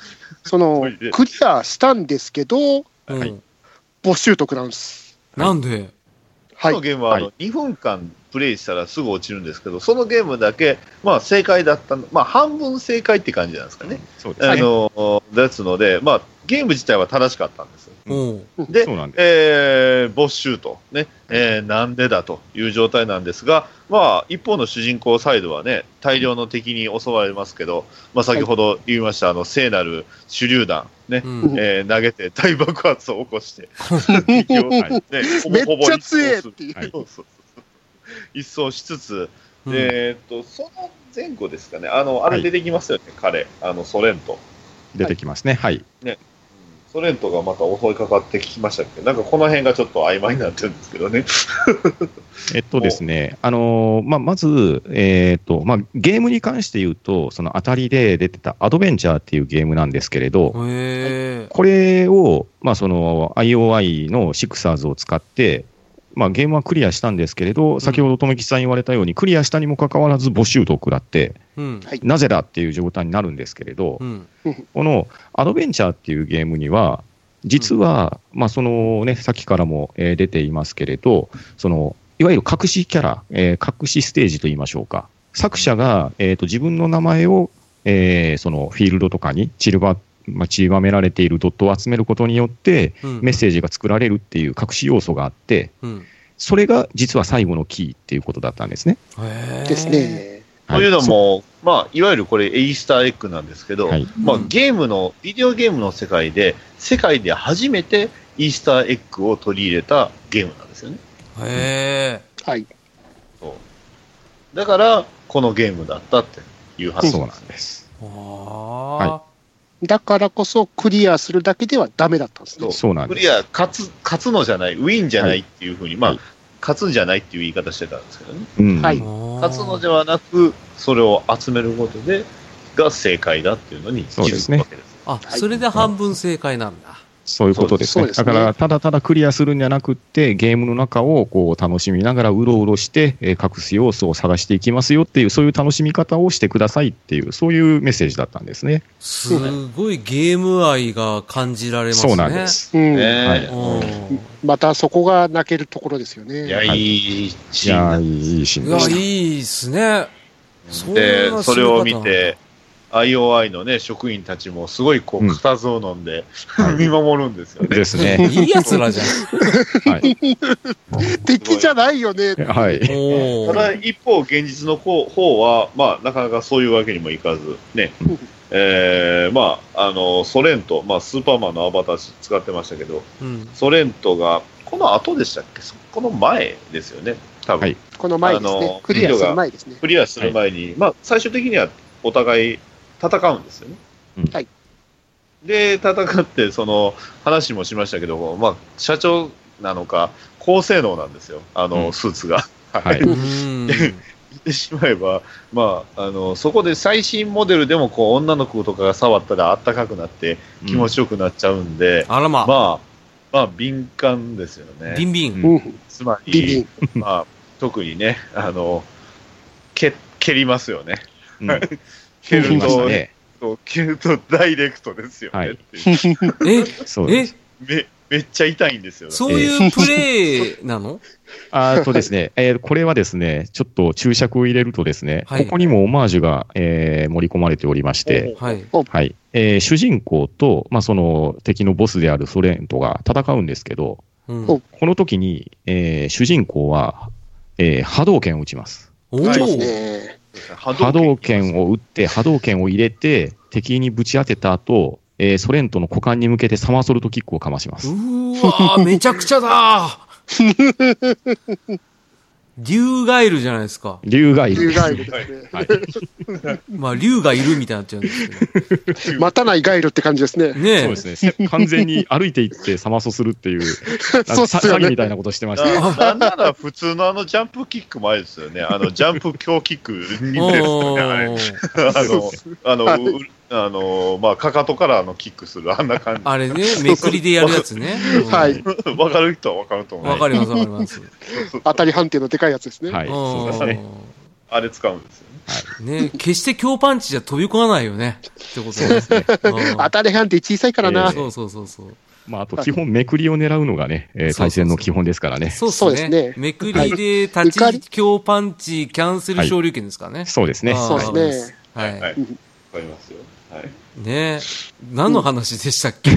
Speaker 1: その
Speaker 3: トイレ、
Speaker 1: クリアしたんですけど、
Speaker 2: うん。
Speaker 4: は
Speaker 1: 没収得なんです。
Speaker 2: なんで
Speaker 1: は
Speaker 3: の
Speaker 1: い。
Speaker 3: ゲームはあの、
Speaker 4: は
Speaker 3: 2分間プレイしたらすぐ落ちるんですけど、そのゲームだけ、まあ、正解だったの、まあ、半分正解って感じなんですかね、
Speaker 4: そうです
Speaker 3: あ
Speaker 4: ね。
Speaker 3: のですので、まあ、ゲーム自体は正しかったんです。
Speaker 2: うん。
Speaker 3: で
Speaker 4: そうなんです。
Speaker 3: えー、没収と、ねえーなんでだという状態なんですが、まあ、一方の主人公サイドはね、大量の敵に襲われますけど、まあ、先ほど言いました、あの聖なる手榴弾、ね
Speaker 2: うん。
Speaker 3: えー投げて大爆発を起こして、敵を
Speaker 1: め
Speaker 4: はい
Speaker 3: ね、ほぼ
Speaker 1: っ
Speaker 3: ほぼ
Speaker 1: ちゃ強えっていう。
Speaker 4: は
Speaker 3: そ
Speaker 4: い
Speaker 3: うそうそう一掃しつつ、
Speaker 2: うん
Speaker 3: えーっとその前後ですかね、あのあれ出てきますよね、彼、あのソ連と。
Speaker 4: 出てきますね。はい。
Speaker 3: ソ連とがまた襲いかかってきましたっけど、なんかこの辺がちょっと曖昧になってるんですけどね。
Speaker 4: えっとですね、あのーまあ、まず、えーっとまあ、ゲームに関して言うと、その当たりで出てたアドベンチャーっていうゲームなんですけれど、
Speaker 2: へえ。
Speaker 4: これを、まあ、その IOI のシクサーズを使って、まあ、ゲームはクリアしたんですけれど、先ほど富吉さん言われたように、クリアしたにもかかわらず、募集と食らって、
Speaker 2: うん。
Speaker 1: はい
Speaker 4: なぜだっていう状態になるんですけれど、
Speaker 2: うん。
Speaker 4: このアドベンチャーっていうゲームには、実は、まあそのね、さっきからもえー出ていますけれど、そのいわゆる隠しキャラ、えー隠しステージといいましょうか、作者が、えー、と自分の名前を、えーそのフィールドとかに散りば、まあ、散りばめられているドットを集めることによって、
Speaker 2: うん。
Speaker 4: メッセージが作られるっていう隠し要素があって、
Speaker 2: うん。
Speaker 4: それが実は最後のキーっていうことだったんですね。
Speaker 2: へえ。
Speaker 1: です。ね。
Speaker 4: は
Speaker 3: というのも、まあ、いわゆるこれ、エイスターエッグなんですけど、
Speaker 4: はい
Speaker 3: まあ
Speaker 2: うん、
Speaker 3: ゲームの、ビデオゲームの世界で、世界で初めてイースターエッグを取り入れたゲームなんですよね。
Speaker 2: へえ。
Speaker 1: はい。
Speaker 3: そうだから、このゲームだったっていう話
Speaker 4: そう
Speaker 3: なんで
Speaker 4: な
Speaker 3: す
Speaker 4: ん
Speaker 3: ね。
Speaker 4: です。
Speaker 2: あ
Speaker 1: だからこそ、クリアするだけではダメだったんですね。
Speaker 3: そう
Speaker 4: そうなん
Speaker 3: ク
Speaker 4: です
Speaker 3: リ。ア勝つ、勝つのじゃない、ウィンじゃな
Speaker 4: はい
Speaker 3: っていうふうに、まあ、
Speaker 4: はい
Speaker 3: 勝つんじゃないっていう言い方してたんですけどね。
Speaker 4: うん
Speaker 1: は
Speaker 2: あ。
Speaker 1: い
Speaker 3: 勝つの
Speaker 2: の
Speaker 3: ではなく、それを集めることで、が正解だっていうのに気
Speaker 4: そうで
Speaker 3: づ
Speaker 4: す
Speaker 3: く
Speaker 4: ね
Speaker 3: わけです。
Speaker 2: あ、それで半分正解なんだ。
Speaker 4: そういうことですね。
Speaker 1: そうですね
Speaker 4: だから、ただただクリアするんじゃなくって、ゲームの中をこう楽しみながら、うろうろして、えー隠す要素を探していきますよっていう、そういう楽しみ方をしてくださいっていう、そういうメッセージだったんですね。
Speaker 2: すごいゲーム愛が感じられますね。
Speaker 4: そうなんで。す。
Speaker 1: うん
Speaker 3: ね
Speaker 2: うん。
Speaker 1: またそこが泣けるところですよね。
Speaker 3: いや、
Speaker 4: はい
Speaker 3: いい
Speaker 4: い
Speaker 3: シーン
Speaker 4: や
Speaker 3: だ
Speaker 4: ー、いいシー
Speaker 2: い
Speaker 4: ンで
Speaker 2: や、
Speaker 4: した。
Speaker 2: いいっすね。そういうの
Speaker 3: で、
Speaker 2: は
Speaker 3: それを
Speaker 2: 知
Speaker 3: 見
Speaker 2: らな
Speaker 3: て、IOI のね、職員たちもすごいこ
Speaker 4: う
Speaker 3: う、
Speaker 4: ん
Speaker 3: 固唾を飲んで、
Speaker 4: はい
Speaker 3: *laughs* 見守るんですよね。
Speaker 4: ですね。
Speaker 2: いいやつらじゃん。
Speaker 4: *laughs* はい。
Speaker 1: 敵じゃないよね。
Speaker 4: はい。
Speaker 2: お
Speaker 3: ただ
Speaker 2: ー
Speaker 3: 一方、現実の方方は、まあ、なかなかそういうわけにもいかず、ね
Speaker 1: うん、
Speaker 3: えーまあ、あの、ソレント、まあ、スーパーマンのアバター使ってましたけど、
Speaker 2: うん。
Speaker 3: ソレントが、この後でしたっけそこの前ですよね、多分。
Speaker 4: はい
Speaker 1: この前です
Speaker 3: あ
Speaker 1: ね
Speaker 3: の。
Speaker 1: クリアする前ですね。
Speaker 3: クリアする前に、まあ、最終的にはお互い戦うんですよね。
Speaker 4: うん
Speaker 1: はい
Speaker 3: で、戦って、その話もしましたけど、まあ、社長なのか、高性能なんですよ、あの、
Speaker 4: うん
Speaker 3: スーツが。
Speaker 4: は
Speaker 2: う
Speaker 4: い。
Speaker 2: ん。
Speaker 3: 言ってしまえば、まあ、あのそこで最新モデルでもこう女の子とかが触ったらあったかくなって気持ちよくなっちゃうんで、
Speaker 2: あらま。
Speaker 3: まあ、まあ、敏感ですよ
Speaker 2: ビ
Speaker 3: ね。
Speaker 2: ンビン。
Speaker 1: うん。
Speaker 3: つま
Speaker 1: ビビ
Speaker 3: り、
Speaker 1: ン。
Speaker 3: まあ、特にね、あの、蹴蹴りますよね。
Speaker 4: うん。
Speaker 3: 蹴
Speaker 1: うん
Speaker 3: る
Speaker 4: ました
Speaker 3: と、
Speaker 4: ね。
Speaker 3: そう蹴るとダイレクトですよね、
Speaker 4: はい
Speaker 3: ってい
Speaker 2: え、
Speaker 3: う
Speaker 4: そうで
Speaker 2: え
Speaker 4: す。、
Speaker 3: めめっちゃ痛いんですよね。
Speaker 2: そういうプレイなの
Speaker 4: あーとですね、えーこれはですね、ちょっと注釈を入れるとですね、
Speaker 2: はい
Speaker 4: ここにもオマージュが、えー盛り込まれておりまして、
Speaker 2: はい。
Speaker 4: はいえー主人公と、まあ、その敵のボスであるソ連とが戦うんですけど、
Speaker 2: うん。
Speaker 1: お
Speaker 4: この時に、えー主人公は、えー波動拳を打ちます。
Speaker 2: お
Speaker 1: 打
Speaker 2: ー
Speaker 1: ちますね。
Speaker 3: 波
Speaker 4: 波動拳
Speaker 3: を。
Speaker 4: を打って、波動拳を入れて、敵にぶち当てた後、えーソ連との股間に向けてサマーソルトキックをかましま
Speaker 2: う
Speaker 4: す。
Speaker 2: ーわー、めちゃくちゃ
Speaker 4: *laughs*
Speaker 2: だー竜がいるじゃないですか。
Speaker 4: 竜がい
Speaker 1: 竜
Speaker 4: る。
Speaker 1: ガイルですね。
Speaker 4: はい、
Speaker 2: まあ、竜がいるみたいになっちゃうんですけ
Speaker 1: 待たないガイルって感じですね。
Speaker 2: ど。
Speaker 4: そう
Speaker 2: ね
Speaker 4: ですね。完全に歩いていってサマソするっていう、なん
Speaker 1: そう
Speaker 4: か
Speaker 1: っ
Speaker 4: さ
Speaker 1: すよ
Speaker 4: 詐欺
Speaker 1: ね
Speaker 4: み。たいなことしてました。
Speaker 3: ななんなら普通のあのジャンプキックもあれですよね。あのジャンプ強キックに
Speaker 2: え。
Speaker 3: 似て
Speaker 4: *laughs*
Speaker 3: るよねあれ
Speaker 2: おー
Speaker 3: あの、あの、
Speaker 1: はいう
Speaker 3: あの、まあ、かかとからあのキックする、あんな感 *laughs*
Speaker 2: あれね、 *laughs* めくりでやるやつね。うん
Speaker 1: はい。
Speaker 3: じ。わかる人はわかると思う。
Speaker 2: わかります、わかります。
Speaker 1: 当たり判定のでかいやつですね。
Speaker 4: はい、
Speaker 2: うん
Speaker 4: そうですね。
Speaker 3: あれ使うんですよね。
Speaker 2: ね、決して強パンチじゃ飛び込まないよね。ってこと
Speaker 4: そうですね。
Speaker 2: うん
Speaker 1: 当たり半って小さいからな。
Speaker 4: え
Speaker 2: そうそうそうそう。
Speaker 4: まあ、あと基本、めくりを狙うのがね、えー
Speaker 2: そうそうそう
Speaker 4: 対戦の基本ですからね。
Speaker 2: そう
Speaker 1: そう
Speaker 2: で
Speaker 1: ですす
Speaker 2: ね
Speaker 1: ね。
Speaker 2: めくりで立ち位置強パンチ、キャンセル昇竜拳ですからね。
Speaker 4: そうですね。
Speaker 2: あー
Speaker 1: そうですね。
Speaker 2: は
Speaker 3: はい。わ
Speaker 2: い。
Speaker 3: かりますよ。はい。
Speaker 2: ね何の話でしたっけ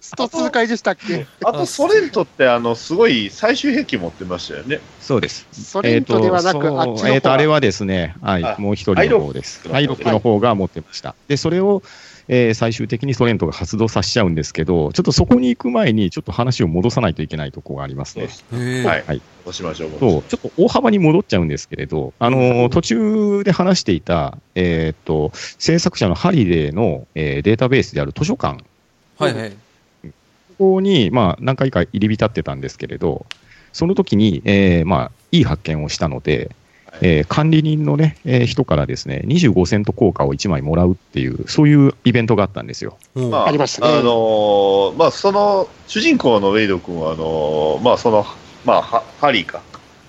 Speaker 1: スト2回でしたっけ
Speaker 3: あと、ソ連とって、あの、すごい最終兵器持ってましたよね。
Speaker 4: そうです。
Speaker 1: ソ連とではなく、
Speaker 4: えーと
Speaker 1: あっちの
Speaker 4: そうえーと、あれ
Speaker 1: 方
Speaker 4: はですね、はい、
Speaker 3: はい
Speaker 4: もう一人の方です。
Speaker 3: ア
Speaker 4: ア
Speaker 3: イ
Speaker 4: イ
Speaker 3: ロ
Speaker 4: ロ
Speaker 3: ッ
Speaker 4: ッ
Speaker 3: ク
Speaker 4: ク
Speaker 3: の
Speaker 4: の方が持ってました。で、それを、えー最終的にソ連とが発動させちゃうんですけど、ちょっとそこに行く前に、ちょっと話を戻さないといけないところがあります
Speaker 3: そう
Speaker 4: ね
Speaker 3: で。す。は。
Speaker 2: はい
Speaker 4: はい
Speaker 3: どうしましょう。
Speaker 4: と、ちょっと大幅に戻っちゃうんですけれど、あのー途中で話していた、えっ、と、制作者のハリデーの、えーデータベースである図書館
Speaker 2: はいはい。
Speaker 4: ここに、まあ、何回か入り浸ってたんですけれど、その時に、えーまあ、いい発見をしたので、
Speaker 3: はい
Speaker 4: えー管理人の、ねえー人からですね25セント硬貨を1枚もらうっていう、そういうイベントがあったんですよ。
Speaker 2: もう
Speaker 3: まあ、
Speaker 1: ありましたね
Speaker 3: あのーまあ、その、主人公のウェイド君は、あのーまあ、その、まあ、はハリーか。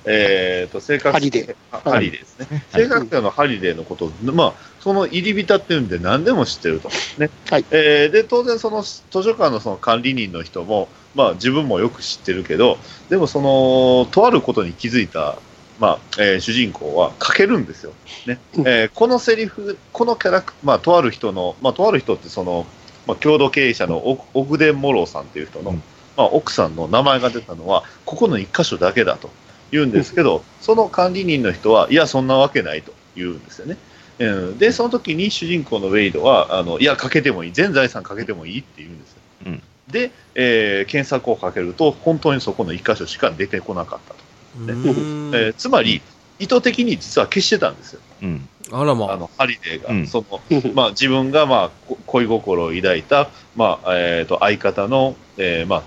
Speaker 3: えっ、と、正確
Speaker 1: ハリデ
Speaker 3: あハリーですね。
Speaker 4: はい
Speaker 3: 正確者のハリデーのことを、まあ、その入り浸ってるんで何でも知ってると。ね。
Speaker 1: はい
Speaker 3: えーで、当然、その図書館のその管理人の人も、まあ、自分もよく知ってるけど、でも、その、とあることに気づいた、まあ、えー主人公は書けるんですよ。ね。
Speaker 1: うん
Speaker 3: えーこのセリフ、このキャラクまあ、とある人の、まあ、とある人って、その、まあ、共同経営者の奥奥田モロさんっていう人の、
Speaker 4: うん
Speaker 3: まあ、奥さんの名前が出たのは、ここの一箇所だけだと言うんですけど、その管理人の人は、いや、そんなわけないと言うんですよね。うん、で、その時に主人公のウェイドは、あのいや、かけてもいい、全財産かけてもいいって言うんですよ。
Speaker 4: うん
Speaker 3: で、えー検索をかけると、本当にそこの一箇所しか出てこなかったと。
Speaker 2: うーん
Speaker 3: えーつまり、意図的に実は消してたんですよ。
Speaker 4: うん
Speaker 2: あら
Speaker 3: あ
Speaker 2: ま。
Speaker 3: のハリデーが、
Speaker 4: うん
Speaker 3: そのまあ、自分が、まあ、こ恋心を抱いた、まあえー、と相方の、えーまあ、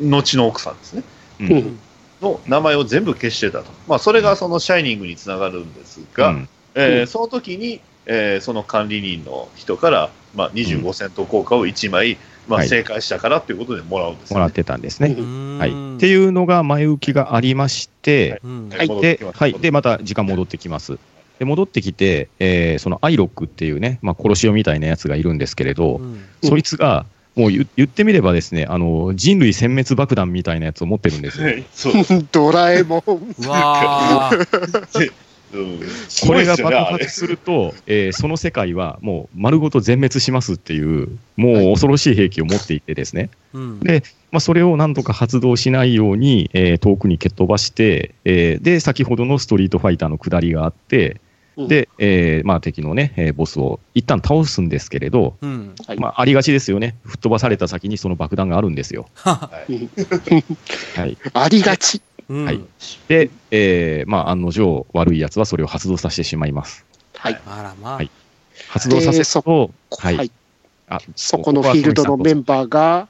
Speaker 3: 後の奥さんですね
Speaker 4: う
Speaker 1: うんん
Speaker 3: の名前を全部消してたと、まあ、それがその「シャイニング」につながるんですが、
Speaker 4: うん
Speaker 3: え
Speaker 1: う
Speaker 3: ー
Speaker 1: ん
Speaker 3: その時に、えーその管理人の人から、まあ、25セント硬貨を1枚、まあ、
Speaker 4: はい
Speaker 3: 正解したからということでもらうんですよ、
Speaker 4: もら
Speaker 3: ね
Speaker 4: ってたんですね。はい、って
Speaker 2: い
Speaker 4: いうのが前置きがありまして、
Speaker 2: うん。
Speaker 3: はい戻って
Speaker 4: で
Speaker 3: きます
Speaker 4: はい、でまた時間戻ってきます。で戻ってきて、えーそのアイロックっていうね、まあ、殺し屋みたいなやつがいるんですけれど、
Speaker 2: うん
Speaker 4: そいつが、もう言言ってみればですね、あの人類殲滅爆弾みたいなやつを持ってるんですよ。
Speaker 3: *laughs* そう
Speaker 1: ドラえもん。
Speaker 2: うわー
Speaker 3: うん
Speaker 4: これが爆
Speaker 3: あれ
Speaker 4: 発すると、えーその世界はもう丸ごと全滅しますっていう、もう恐ろしい兵器を持っていてですね、
Speaker 2: うん
Speaker 4: でまあ、それをなんとか発動しないように、えー遠くに蹴っ飛ばして、えーで、先ほどのストリートファイターの下りがあって、で、えーまあ、敵のね、えーボスを一旦倒すんですけれど、
Speaker 2: うん。
Speaker 1: はい
Speaker 4: まあ、ありがちですよね、吹っ飛ばされた先にその爆弾があるんですよ。はい、
Speaker 1: ありがち。
Speaker 2: うん
Speaker 4: はいで、えーまあ、案の定、悪いやつはそれを発動させてしまいます。
Speaker 1: はい。
Speaker 2: あらまあ
Speaker 4: は。い発動させると、
Speaker 1: はい。
Speaker 4: あ
Speaker 1: そこのフィールドのメンバーが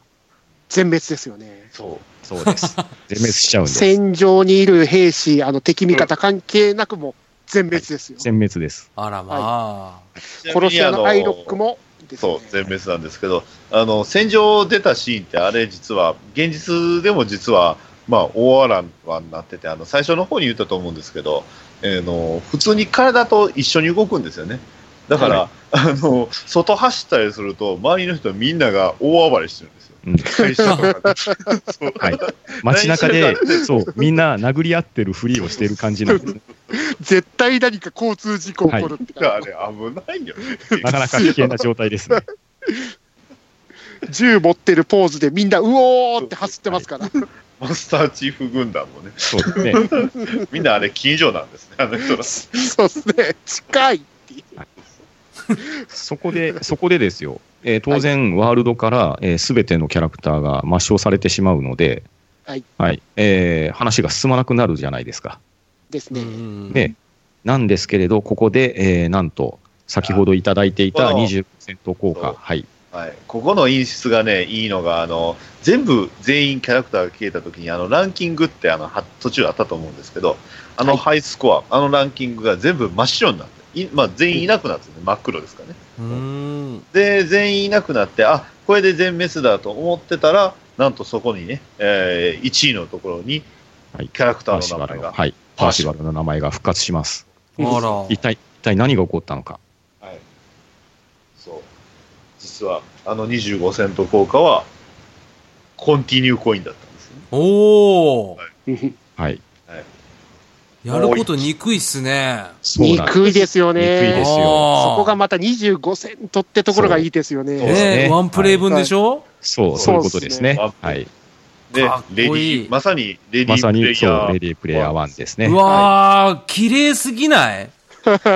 Speaker 1: 全滅ですよね。
Speaker 3: そう
Speaker 4: そうです。全滅しちゃうんです。
Speaker 1: 戦場にいる兵士、あの敵味方関係なくも全滅ですよ。
Speaker 4: 全滅です。
Speaker 2: あらまあ。
Speaker 1: 殺し屋のアイロックもですね
Speaker 3: そう、全滅なんですけど、あの戦場を出たシーンって、あれ、実は、現実でも実は、まあ、大わらわになってて、あの最初の方に言ったと思うんですけど、えーの、普通に体と一緒に動くんですよね。だから、あの外走ったりすると、周りの人みんなが大暴れしてるんですよ。
Speaker 4: うん
Speaker 3: 会社とかでそう
Speaker 4: はい街中で、そう、みんな殴り合ってるふりをしてる感じなんですね。
Speaker 1: 絶対何か交通事故起こるって
Speaker 3: あ
Speaker 1: か、
Speaker 3: れ、危ないよね。
Speaker 4: なかなか危険な状態ですね。
Speaker 1: 銃持ってるポーズでみんなうおーって走ってますから。
Speaker 3: マスターチーフ軍団もね、
Speaker 4: そうですね。
Speaker 3: みんなあれ、近所なんですね、あの人ら。
Speaker 1: そうですね。近いっていう。
Speaker 4: そこで、そこでですよ。えー当然、ワールドからすべ、全てのキャラクターが抹消されてしまうので、
Speaker 1: はい
Speaker 4: えー話が進まなくなるじゃないですか。
Speaker 1: です
Speaker 2: う
Speaker 1: ね。
Speaker 2: ん
Speaker 4: ね、なんですけれど、ここで、えーなんと、先ほどいただいていた
Speaker 3: あー
Speaker 4: 20%効
Speaker 3: そう
Speaker 4: 果、はい、
Speaker 3: はい、ここの演出がね、いいのが、あの、全部、全員キャラクターが消えたときに、あの、ランキングって、あの、は途中あったと思うんですけど、あの、
Speaker 1: はい
Speaker 3: ハイスコア、あのランキングが全部真っ白になって、いまあ、全員いなくなってね、真っ黒ですからね。
Speaker 2: うん。
Speaker 3: で、全員いなくなって、あ、これで全滅だと思ってたら、なんとそこにね、え1位のところに、
Speaker 4: はい
Speaker 3: キャラクタ
Speaker 4: マ
Speaker 3: ーの
Speaker 4: シュ
Speaker 3: 名
Speaker 4: マ
Speaker 3: 前
Speaker 4: ロ
Speaker 3: が
Speaker 4: はい、パーシバルの名前が復活します。
Speaker 2: あら。
Speaker 4: 一体、一体何が起こったのか。
Speaker 3: はい。そう。実は、あの25セント効果は、コンティニューコインだったんですよね。
Speaker 2: おー。
Speaker 4: はい。
Speaker 2: やること憎いっすね。
Speaker 4: そうなんです
Speaker 1: 憎いですよね。
Speaker 4: 憎いですよ。
Speaker 1: そ
Speaker 2: あ
Speaker 1: こがまた25セントってところがいいですよ
Speaker 2: ー。
Speaker 1: ね。
Speaker 2: ねえ、ワンプレイ分でしょ
Speaker 4: そう、そういうことですね
Speaker 3: そうです。ね
Speaker 4: はい。
Speaker 3: で
Speaker 2: かっこ、い
Speaker 3: レ
Speaker 2: い
Speaker 3: ディー、まさにレディ
Speaker 4: ま
Speaker 3: ー
Speaker 4: さ
Speaker 3: プレイヤ
Speaker 4: に、
Speaker 3: ー。
Speaker 4: そう、レディープレイヤー1ですね。
Speaker 2: うわー、綺麗すぎない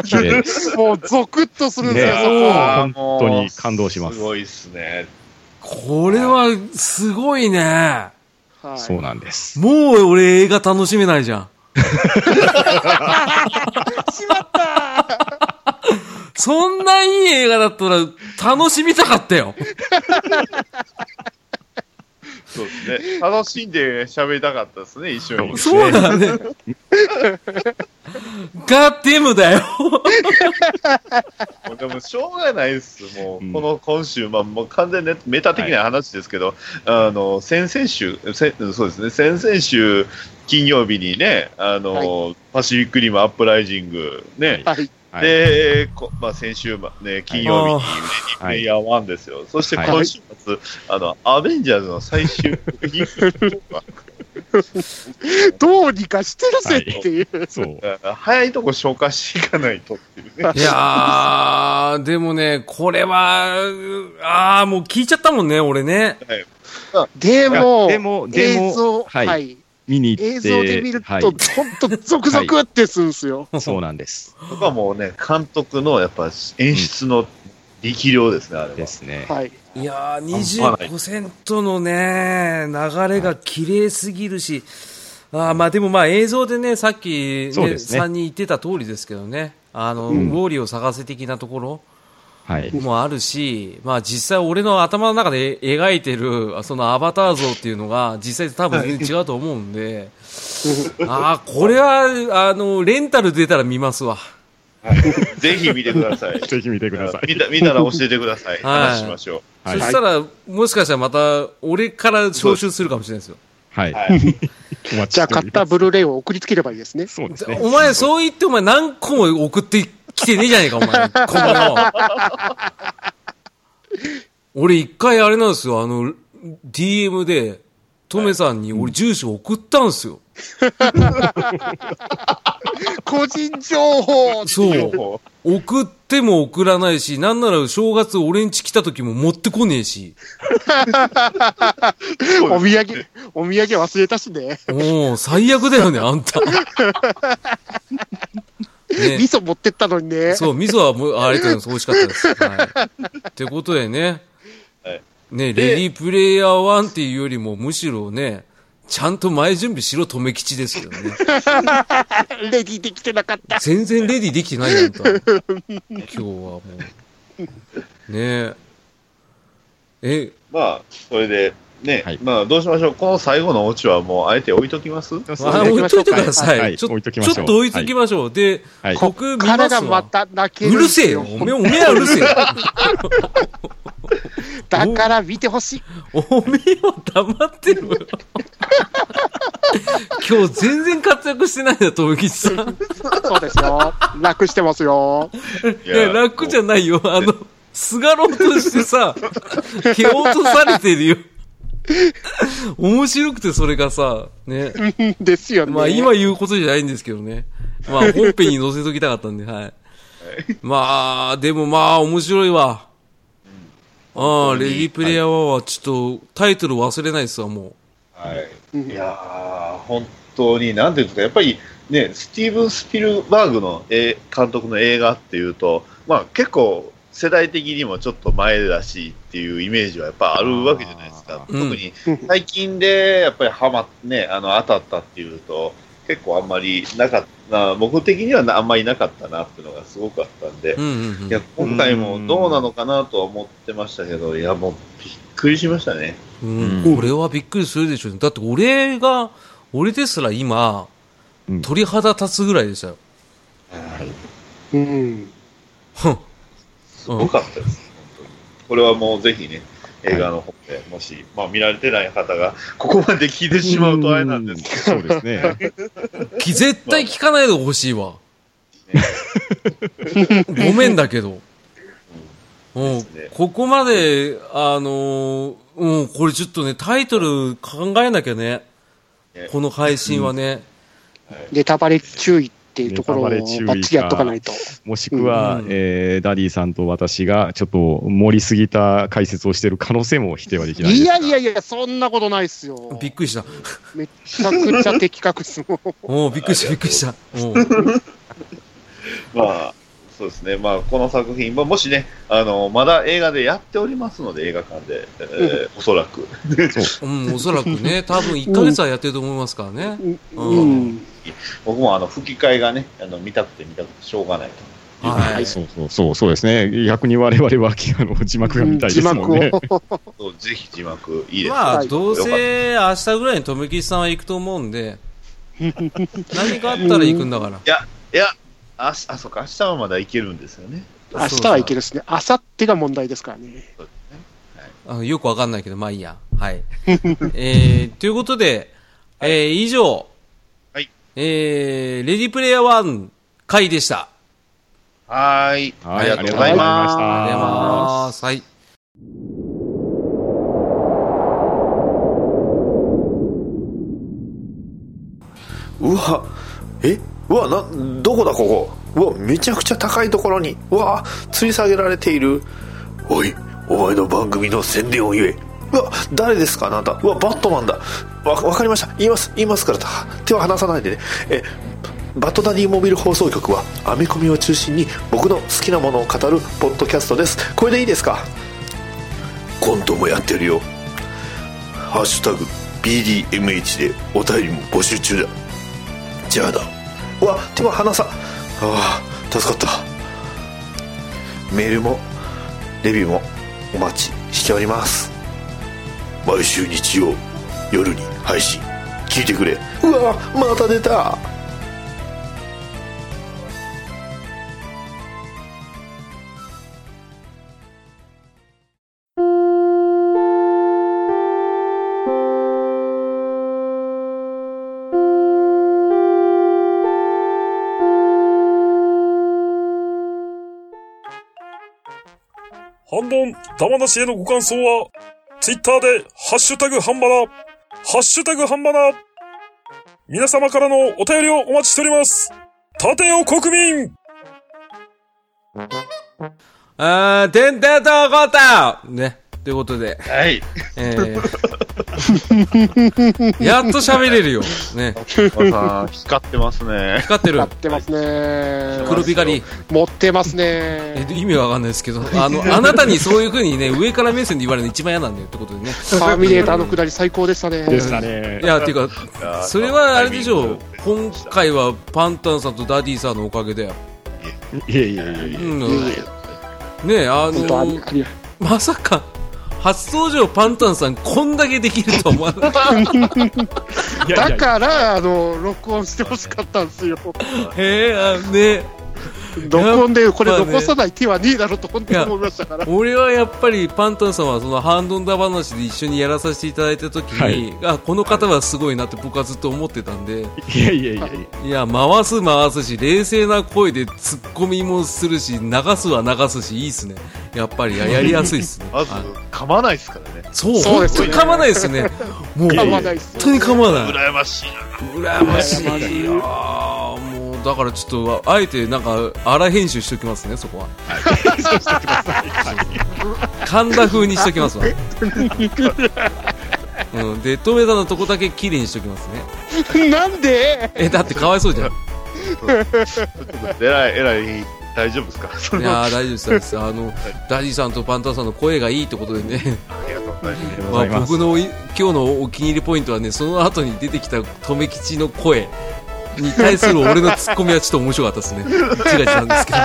Speaker 4: 綺麗です。
Speaker 1: もうゾクッとするんですよ、
Speaker 4: ね
Speaker 1: そこは。
Speaker 3: あー
Speaker 4: 本当に感動します
Speaker 3: すごいですね。
Speaker 2: これは、すごいね。
Speaker 1: はい
Speaker 4: そうなんです。
Speaker 2: もう俺映画楽しめないじゃん。
Speaker 1: しまった
Speaker 2: *laughs* そんないい映画だったら楽しみたかったよ。
Speaker 3: そうですね。楽しんで喋りたかったですね、一緒に。
Speaker 2: そうだね。ガッテムだよ。
Speaker 3: でも、しょうがないです。もう、
Speaker 4: うん
Speaker 3: この今週、まあ、もう完全にメタ的な話ですけど、あの、先々週、せそうですね、先々週、金曜日にね、あの、パシフィックリムアップライジング、ね、
Speaker 1: はい。
Speaker 4: はい
Speaker 3: で、こまあ、先週、まね、金曜日に、ね、プ
Speaker 4: は
Speaker 3: レイ
Speaker 4: い。
Speaker 3: ヤー1ですよ。そして
Speaker 4: はい
Speaker 3: 今週末、あの、アベンジャーズの最終作品
Speaker 1: どうにかしてるぜっていう。
Speaker 4: そう。
Speaker 3: 早いとこ消化していかないとって
Speaker 4: *laughs*
Speaker 3: いうね。
Speaker 2: いやー、でもね、これは、あー、もう聞いちゃったもんね、俺ね。
Speaker 1: でも、
Speaker 4: でも、で
Speaker 1: 映
Speaker 4: も
Speaker 1: 像、、
Speaker 4: は
Speaker 1: はい、
Speaker 4: い。見に行って。
Speaker 1: 映像で見ると、
Speaker 4: はい
Speaker 1: ほんとゾクゾクってするんですよ。
Speaker 4: そうなんです。
Speaker 3: とかもうね、監督のやっぱ演出の力量ですね、あれ
Speaker 4: で
Speaker 3: は。
Speaker 4: すね。
Speaker 1: はい。
Speaker 2: いや
Speaker 3: 半端
Speaker 2: ー、25%のね、流れが綺麗すぎるし、あーまあでもまあ映像でね、さっき、ね、
Speaker 4: そうですね
Speaker 2: 3人言ってた通りですけどね、あの、ウォーリーを探せ的なところ
Speaker 4: はい。
Speaker 2: もあるし、まあ実際俺の頭の中で描いてる、そのアバター像っていうのが実際と多分全然違うと思うん
Speaker 4: *laughs*
Speaker 2: で、あー、これは、あの、レンタル出たら見ますわ。
Speaker 3: ぜひ見てください。
Speaker 4: ぜひ *laughs* 見てください。
Speaker 3: 見た見たら教えてください。
Speaker 2: はい
Speaker 3: 話しましょ
Speaker 4: は
Speaker 2: そ
Speaker 4: い。
Speaker 2: したら、もしかしたらまた、俺から招集するかもしれないですよ。
Speaker 4: は
Speaker 3: う。
Speaker 4: い。
Speaker 3: はい。
Speaker 4: お待ち
Speaker 1: じゃあ
Speaker 4: してお
Speaker 1: 買
Speaker 4: り
Speaker 1: っ
Speaker 4: ま
Speaker 1: た
Speaker 4: す
Speaker 1: ブルーレイを送りつければいいです
Speaker 4: *laughs*
Speaker 1: ね。
Speaker 4: そうですね。
Speaker 2: お前、そう言って、お前、何個も送ってきてねえじゃねえか、お前。このよ。俺、一回あれなんですよ、あの、DM で、トメさんに俺、住所送ったんですよ。
Speaker 1: 個人情報
Speaker 2: そう。送っても送らないし、なんなら正月俺ん家来た時も持ってこねえし。
Speaker 1: お土産、お土産忘れたしね。
Speaker 2: もう、最悪だよね、あんた。ね
Speaker 1: 味噌持ってったのにね。
Speaker 2: そう、味噌はもう、あれか美味しかったです。はい。ってことでね
Speaker 3: はい、
Speaker 2: ね、
Speaker 3: で
Speaker 2: レディープレイヤー1っていうよりも、むしろね、ちゃんと前準備しろ、止め吉ですよね。
Speaker 1: レディーできてなかった。
Speaker 2: 全然レディーできてないやんか。今日はもう。ねえ。え、
Speaker 3: まあ、それで、ね、
Speaker 4: はい
Speaker 3: まあ、どうしましょう。この最後のオチはもう、あえて置いときます
Speaker 4: そう
Speaker 2: あ
Speaker 4: ね
Speaker 2: 置いといてください。
Speaker 4: はい
Speaker 2: ちょ
Speaker 4: 置いときましょ
Speaker 2: ちょ
Speaker 4: う
Speaker 2: っと置いときましょう。で、
Speaker 4: はい
Speaker 2: 僕見
Speaker 1: 彼
Speaker 2: ます
Speaker 1: がま
Speaker 2: わ。
Speaker 1: た泣け
Speaker 2: う
Speaker 1: るん
Speaker 2: る
Speaker 1: で
Speaker 2: せ
Speaker 1: す
Speaker 2: えよ。おめえ、おめえはうるせえよ。
Speaker 1: だから見てほしい。
Speaker 2: おめえは黙ってろよ。今日全然活躍してないんだ、友吉さん。
Speaker 1: そうですよ。楽してます *laughs* よ。
Speaker 3: い
Speaker 2: いや、楽じゃないよ。あの、すがろうとしてさ、蹴落とされてるよ。面白くてそれがさ、ね。
Speaker 1: ですよね。
Speaker 2: まあ今言うことじゃないんですけどね。まあ本編に載せときたかったんで、はい。まあ、でもまあ面白いわ。ああ、レディープレイヤーはちょっとタイトル忘れないですわ、も
Speaker 3: はい、いやー、本当に、なんていうんですか、やっぱりね、スティーブン・スピルバーグの、えー監督の映画っていうと、まあ、結構、世代的にもちょっと前だしっていうイメージはやっぱあるわけじゃないですか、
Speaker 2: うん
Speaker 3: 特に最近でやっぱりはまね、あの当たったっていうと、結構あんまりなかった、僕的にはなあんまりなかったなっていうのがすごかったんで
Speaker 2: う。う、んうんうん
Speaker 3: いや今回もどうなのかなとは思ってましたけど、いや、もうびっくりしましたね。
Speaker 2: うん
Speaker 4: うん
Speaker 2: これはびっくりするでしょうね。だって俺が、俺ですら今、
Speaker 4: うん
Speaker 2: 鳥肌立つぐらいでしたよ。
Speaker 1: うん。
Speaker 2: ふん
Speaker 3: すごかったです、本当に。これはもうぜひね、映画の方で、もし、まあ、見られてない方が、ここまで聞いてしまうとあれなんですけ
Speaker 4: そうですね。
Speaker 2: き絶対聞かないでほしいわ。ごめんだけど。うん
Speaker 3: すね、
Speaker 2: ここまで、あのーうん、これちょっとね、タイトル考えなきゃね
Speaker 3: ね。
Speaker 2: この配信はね。
Speaker 1: ネタバレ注意っていうところをバ
Speaker 4: ネタバレ注意か
Speaker 1: ッチリやっとかないと。
Speaker 4: もしくは、
Speaker 2: うん
Speaker 4: えーダディさんと私がちょっと盛りすぎた解説をしている可能性も否定はできないです
Speaker 1: い
Speaker 4: が
Speaker 1: やいやいや、そんなことないっすよ。
Speaker 2: びっくりした。
Speaker 1: めっちゃくちゃ的確っすもん。
Speaker 2: おーびっくりした、びっくりした。おー
Speaker 3: ど、まあ、そうですね、まあ、この作品、まあ、もしね、あの、まだ映画でやっておりますので、映画館で、えーおそらく、
Speaker 2: うん、おそらくね、多分1ヶ月はやってると思いますからね。
Speaker 1: *laughs* う
Speaker 2: うん
Speaker 1: ん。
Speaker 3: 僕もあの、吹き替えがね、あの、見たくて見たくてしょうがないと。
Speaker 2: はい。
Speaker 4: そうそうそうそうですね。逆に我々はあの字幕が見たいですもんね。
Speaker 1: 字幕を。
Speaker 3: そうぜひ字幕いいです。
Speaker 2: まあ、
Speaker 1: はい
Speaker 2: どうせ明日ぐらいに留吉さんは行くと思うんで、何かあったら行くんだから。
Speaker 3: いや、あ、あ、そうか、明日はまだいけるんですよね。
Speaker 1: 明日はいけるっすね。明後日が問題ですからね。
Speaker 2: あよくわかんないけど、まあいいや。はい。えー、ということで、えー、以上、
Speaker 3: はい。
Speaker 2: えー、レディプレイヤー1回でした。
Speaker 3: はーい。
Speaker 4: は
Speaker 3: ありがとうご
Speaker 1: ありがとう
Speaker 3: ざい
Speaker 1: ござい
Speaker 3: ま
Speaker 1: ます
Speaker 3: す。
Speaker 2: ありがとうございます。はい。
Speaker 5: うわえうわなどこだここうわめちゃくちゃ高いところにうわ吊り下げられているおいお前の番組の宣伝を言えうわ誰ですかあなたうわバットマンだわわかりました言います言いますからた手は離さないでねえバットダディモビル放送局は編み込みを中心に僕の好きなものを語るポッドキャストですこれでいいですかコントもやってるよハッシュタグ BDMH でお便りも募集中だじゃあだうわ手は離さああ助かったメールもレビューもお待ちしております毎週日曜夜に配信聞いてくれうわまた出た
Speaker 6: 半ボン、玉なしへのご感想は、ツイッターで、ハッシュタグ半ばな、ハッシュタグ半ばな、皆様からのお便りをお待ちしております。盾よ国民
Speaker 2: あー、てんてんとこたね。ということで、
Speaker 3: はい。
Speaker 2: えー、やっと喋れるよ。ね。
Speaker 3: おさん、光ってますね。
Speaker 2: 光ってる
Speaker 1: やっ。てますね。
Speaker 2: 黒光り。
Speaker 1: 持ってます
Speaker 2: え
Speaker 1: ね。
Speaker 2: 意味わかんないですけど、あの、あなたにそういう風にね、上から目線で言われるの一番嫌なんだよってことでね。
Speaker 1: ターミネーターのくだり最高でしたね。
Speaker 4: でしたね
Speaker 2: い。や、ていうか、 *laughs* それはあれでしょう。今回はパンタンさんとダディさんのおかげだよ。
Speaker 4: いやいやいやい
Speaker 2: う
Speaker 4: や。
Speaker 2: ん。
Speaker 1: うん
Speaker 2: ねえ、あ
Speaker 1: 本当あり
Speaker 2: の、
Speaker 1: あり
Speaker 2: まさか、初登場パンタンさんこんだけできるとは思わなかっ
Speaker 4: い
Speaker 1: *laughs*
Speaker 4: やい
Speaker 1: だ
Speaker 4: や
Speaker 1: から、あの、録音してほしかったんですよ。
Speaker 2: た。 *laughs* へえ、あね
Speaker 1: 録音で、これ
Speaker 2: やっぱね
Speaker 1: 残さない手はねえだろうと本当に思いましたから。
Speaker 2: 俺はやっぱりパンタンさんはそのハンドンダ話で一緒にやらさせていただいた時に、あ、この方はすごいなって僕はずっと思ってたんで、
Speaker 4: いやいやいやいや。
Speaker 2: いや、回す回すし、冷静な声で突っ込みもするし、流すは流すし、いいっすね。やっぱり、ややりやすいっすね。
Speaker 3: まず
Speaker 2: あ、
Speaker 3: 噛まないですからね。
Speaker 2: そう、
Speaker 1: そう
Speaker 2: 本
Speaker 1: です
Speaker 2: 当
Speaker 1: よ
Speaker 2: に
Speaker 1: ね
Speaker 2: 噛まないっすね。もう、
Speaker 4: いや
Speaker 1: 噛
Speaker 4: いや
Speaker 1: ま
Speaker 2: 本
Speaker 1: ないっすよ
Speaker 2: 当に噛まない。
Speaker 3: 羨ましいな。
Speaker 2: 羨ましいよ。もう、だからちょっと、あえて、なんか、荒編集しときますね、そこは。神田風にしときます *laughs* わ。うん、で、留めたのとこだけ綺麗にしときますね。
Speaker 1: なんで
Speaker 2: え、だってかわいそうじゃん。
Speaker 3: えらい、えらい、大丈夫ですかそ
Speaker 2: い
Speaker 3: れは
Speaker 2: やー大丈夫です大丈夫です、あの、ダディさんとパンタンさんの声がいいってことでね、
Speaker 3: ありがとうございます。
Speaker 2: ま
Speaker 4: ござ
Speaker 2: あ、
Speaker 4: います
Speaker 2: 僕のい今日のお気に入りポイントはね、その後に出てきた留吉の声に対する俺のツッコミはちょっと面白かったですね、一概なんですけど、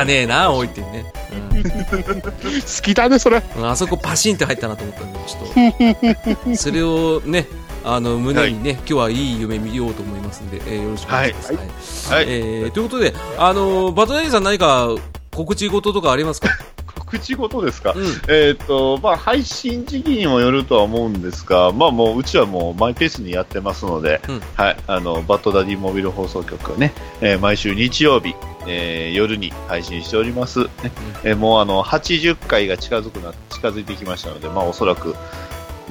Speaker 2: 汚ねえな、おいってね、
Speaker 1: 好きだね、それ。
Speaker 2: うん、あそこパシンって入ったなと思ったんで、ちょっと、それをね、あの胸にね、今日はいい夢見ようと思いますんで、えーよろしくお願いします。はい
Speaker 3: はい。
Speaker 2: えーということで、あのバトナリーさん、何か告知事とかありますか
Speaker 3: 口ごとですか、
Speaker 2: うん。
Speaker 3: えーっとまあ、配信時期にもよるとは思うんですが、まあ、もううちはもうマイペースにやってますので、
Speaker 2: うん
Speaker 3: はい、あのバッドダディモビル放送局はね、えー毎週日曜日、えー夜に配信しております、ねえーもうあの80回が近づくな近づいてきましたので、まあ、おそらく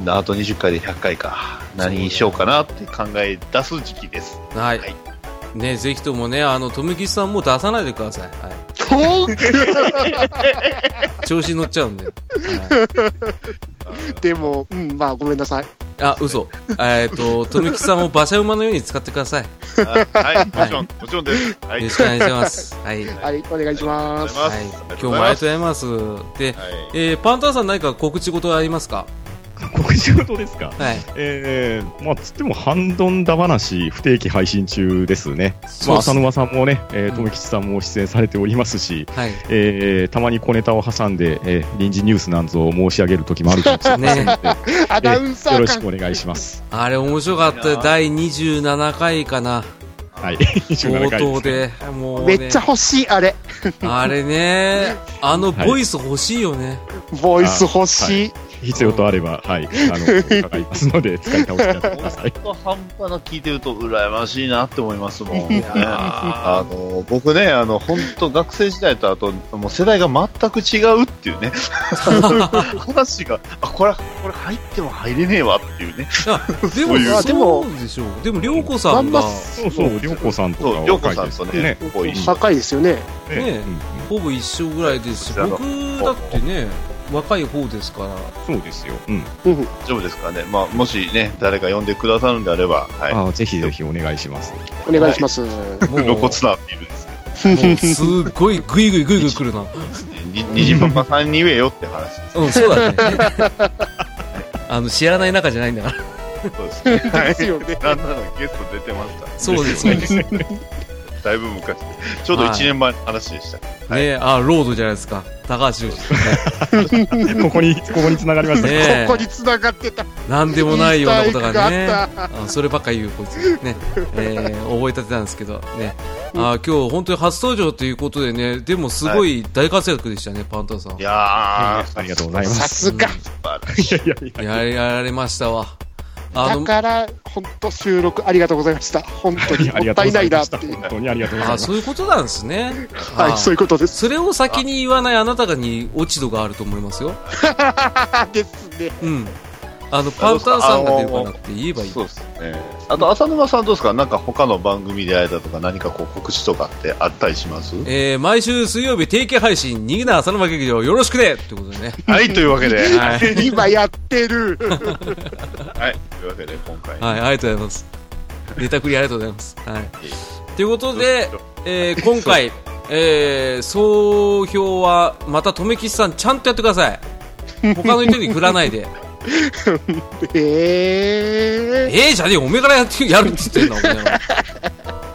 Speaker 3: あと20回で100回か何にしようかなって考え出す時期
Speaker 2: *laughs*
Speaker 3: です。
Speaker 2: はい
Speaker 3: はい。
Speaker 2: ね、ぜひともね、あの、とめきさんも出さないでください。はい。調子に乗っちゃうんで。はい、
Speaker 1: でも、うん、まあ、ごめんなさい。
Speaker 2: あ、嘘。えっ、と、とめきさんを馬車馬のように使ってください。よ
Speaker 3: はい、もちろん、もちろんです。はい、
Speaker 2: ろしくお願いし *laughs* ます。はい。はい。
Speaker 1: はい、お願いします。
Speaker 2: 今日もありがとうございます。で、
Speaker 3: はい
Speaker 2: えー、パンタンさん何か告知事ありますか
Speaker 4: 告知事ですか
Speaker 2: はい。
Speaker 4: えー、まあ、つっても、ハンドンだ話、不定期配信中ですね。ま
Speaker 2: そう
Speaker 4: あ、
Speaker 2: っす
Speaker 4: 浅沼さんもね、え
Speaker 2: う
Speaker 4: ー、
Speaker 2: ん
Speaker 4: とめきちさんも出演されておりますし、
Speaker 2: はい。
Speaker 4: えー、たまに小ネタを挟んで、えー、臨時ニュースなんぞを申し上げる時もあるかもしれませんので、
Speaker 1: アナウンサ
Speaker 4: よろ
Speaker 1: ー
Speaker 4: し
Speaker 1: 感
Speaker 4: くお願いします。
Speaker 2: *laughs* あれ面白かった
Speaker 3: い
Speaker 2: よ
Speaker 3: いな
Speaker 2: 第27回かな。
Speaker 4: はい。27 *laughs*
Speaker 2: 冒
Speaker 4: 回
Speaker 2: 頭
Speaker 4: すね。
Speaker 2: で。もう、
Speaker 1: め
Speaker 2: ね。
Speaker 1: っちゃ欲しい、あれ。
Speaker 2: あれね、あの
Speaker 4: はい
Speaker 2: ボイス欲しいよね。
Speaker 1: ボイス欲しい。
Speaker 4: 必要とあれば、はい。あの、伺いますので、使い倒してやってください。
Speaker 3: と半端な聞いてると羨ましいなって思いますもん。ね、
Speaker 2: あ
Speaker 3: あの僕ね、あの本当学生時代とあともう世代が全く違うっていうね話があこれこれ入っても入れねえわっていうね。
Speaker 2: でも
Speaker 3: そういう、
Speaker 1: でも
Speaker 2: そうでしょう。でも、りょうこさん
Speaker 1: ま
Speaker 2: が、
Speaker 1: んま
Speaker 2: ね、
Speaker 4: *laughs* そうそう、りょうこさんとか
Speaker 3: そ
Speaker 4: は
Speaker 3: う、りょう
Speaker 4: 若
Speaker 3: こ
Speaker 4: い
Speaker 3: さん
Speaker 4: です
Speaker 3: と
Speaker 4: よ
Speaker 3: ね
Speaker 4: ね。、
Speaker 3: ご一緒。
Speaker 1: 高いですよね。
Speaker 4: ねうん
Speaker 2: ほぼ一緒ぐらいですし、
Speaker 3: こちら
Speaker 2: 僕
Speaker 3: の
Speaker 2: だってね、若い方ですから、
Speaker 4: *laughs* そうですよ。うん。
Speaker 1: うん。
Speaker 3: 大丈夫ですかね。まあもしね誰か呼んでくださるんであれば、はい。
Speaker 4: あーぜひぜひお願いします。 *laughs*
Speaker 1: お願いします。
Speaker 2: もう、
Speaker 3: 露
Speaker 2: も
Speaker 3: 骨なっているんですけ
Speaker 2: うすっごいグイグイグイグイ来るな。
Speaker 3: ど、ににじパパさんに言えよって話です。
Speaker 2: うん、そうだね。 *laughs* あの、知らない仲じゃないんだから。
Speaker 3: そうですね。は
Speaker 1: ですよね
Speaker 3: い。なんならゲスト出てました。
Speaker 2: そうですね。
Speaker 3: だいぶ昔、ちょうど1年前の話でした。はい
Speaker 2: ねあ、ロードじゃないですか。高橋良司。
Speaker 4: ここに、ここに繋がりましたね。
Speaker 2: ね
Speaker 1: ここに繋がってた。
Speaker 2: なんでもないようなことがね
Speaker 1: イースターエッグがあった。
Speaker 2: あそればっか言うこいつね、えー覚えたてたんですけどねあー今日本当に初登場ということでねでもすごい大活躍でしたね、パンタンさん
Speaker 3: いやー、
Speaker 4: ありがとうございま
Speaker 1: さ
Speaker 4: す。
Speaker 1: すが。
Speaker 4: いやいやいや。
Speaker 2: ややられましたわあ
Speaker 1: だ
Speaker 2: の
Speaker 1: から、本当収録ありがとうございました。本当に
Speaker 4: *laughs* あり
Speaker 1: もった
Speaker 4: がとうご
Speaker 1: いない
Speaker 4: ざ
Speaker 1: い
Speaker 4: ま
Speaker 1: な
Speaker 4: し。
Speaker 1: ったていう。
Speaker 4: 本当にありがとうござい
Speaker 2: あ
Speaker 4: ま
Speaker 2: ー
Speaker 4: す。
Speaker 2: そういうことなんですねあ
Speaker 1: はい、
Speaker 2: ー
Speaker 1: そういうことです。
Speaker 2: それを先に言わないあなたがに落ち度があると思いますよ
Speaker 1: *laughs* ですね。
Speaker 2: うんあのパンタンさんが出るかなって言えばいい
Speaker 3: そうですね。あと、浅沼さんどうですかなんか他の番組で会えたとか、何かこう告知とかってあったりします
Speaker 2: えー毎週水曜日定期配信逃げな浅沼劇場よろしくねってことでね
Speaker 3: はい、というわけで、はい、
Speaker 2: は
Speaker 1: *laughs*
Speaker 2: い、
Speaker 1: 今やってる。 *laughs*
Speaker 3: というわけで今回、
Speaker 2: はい、ありがとうございます。ネタクリありがとうございます。はい。ということで、えー今回、えー総評は、また、とめきちさん、ちゃんとやってください。他の人に振らないで。
Speaker 1: え
Speaker 2: ええじゃねえ、おめえからやってやるって言ってんだ、お前は。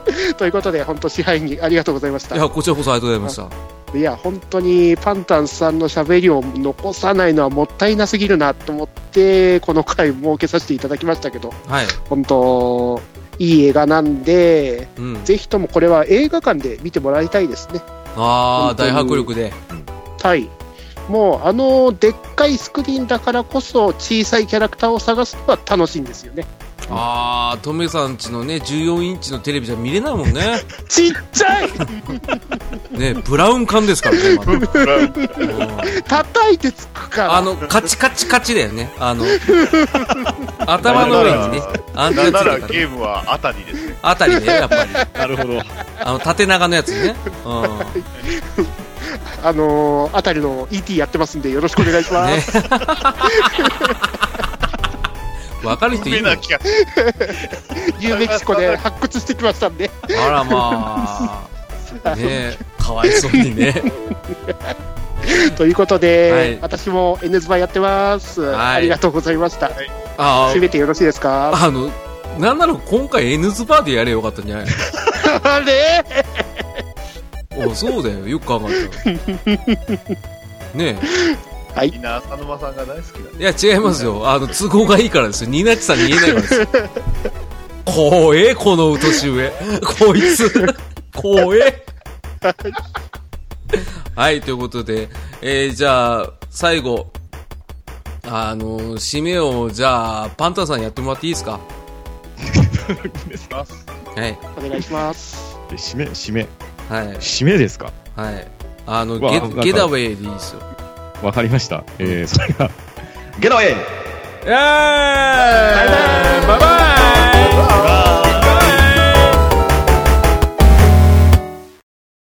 Speaker 1: ー、ということで、本当支配人ありがとうございまし
Speaker 2: い
Speaker 1: た。
Speaker 2: や、こちらこそありがとうございまし
Speaker 1: いや、本当にパンタンさんの喋りを残さないのはもったいなすぎるなと思って、この回設けさせていただきましたけど、
Speaker 2: た。はい。
Speaker 1: 本当、いい映画なんで、
Speaker 2: うん。
Speaker 1: ぜひともこれは映画館で見てもらいたいですね。
Speaker 2: ああ、
Speaker 1: 本当
Speaker 2: 大
Speaker 1: に
Speaker 2: 迫力で。
Speaker 1: はい。もう、あの、でっかいスクリーンだからこそ、小さいキャラクターを探すのは楽しいんですよね。
Speaker 2: ああ、とめさんちのね、14インチのテレビじゃ見れないもんね。
Speaker 1: ちっちゃい
Speaker 2: ね、ブラウン管ですからね、
Speaker 3: *laughs*
Speaker 2: まだうん
Speaker 1: 叩いてつくから。
Speaker 2: あの、カチカチカチだよね。
Speaker 3: *laughs*
Speaker 2: あの、頭の上にね、アンテ
Speaker 3: なん
Speaker 2: ナつ
Speaker 3: ないら
Speaker 2: てた
Speaker 3: ゲームはあたりですね。
Speaker 2: あたりね、やっぱり。
Speaker 4: なるほど。
Speaker 2: あの、縦長のやつね。うん。
Speaker 3: *laughs*
Speaker 2: ね。
Speaker 1: あのー、あたりの ET やってますんで、よろしくお願いします。
Speaker 2: *laughs* わかる人い
Speaker 3: 埋め
Speaker 2: るの
Speaker 3: なきゃ。
Speaker 1: ユーメキシコで発掘してきましたんで、
Speaker 2: あらまあ。ねかわいそうにね。
Speaker 1: ということで、
Speaker 2: はい
Speaker 1: 私も N ズバやってます、
Speaker 2: はい
Speaker 1: ありがとうございました。
Speaker 2: あ
Speaker 1: 締めてよろしいですか。
Speaker 2: あ、あの、なんなら今回 N ズバーでやればよかったんじゃない *laughs*
Speaker 1: あれ、
Speaker 2: おそうだよ。よく考えたら。ね
Speaker 3: みんな浅沼さんが大好きだ。
Speaker 2: え。いや、違いますよ。あの、都合がいいからですよ。ニナチさんに言えないからですよ。怖え、この年上。こいつ。怖え。はい、ということで、えー、じゃあ、最後、あのー、締めを、じゃあ、パンタンさんやってもらっていいですかはい、
Speaker 1: お願いします。
Speaker 4: で締め、締め、
Speaker 2: はい、
Speaker 4: 締めですか
Speaker 2: はい。あの、
Speaker 4: うわ
Speaker 2: ゲ
Speaker 4: なんか
Speaker 2: ゲダウェイでいいですよ。
Speaker 4: わかりました。えー、それが、
Speaker 3: ゲダウェイ
Speaker 2: バイバイバイバイ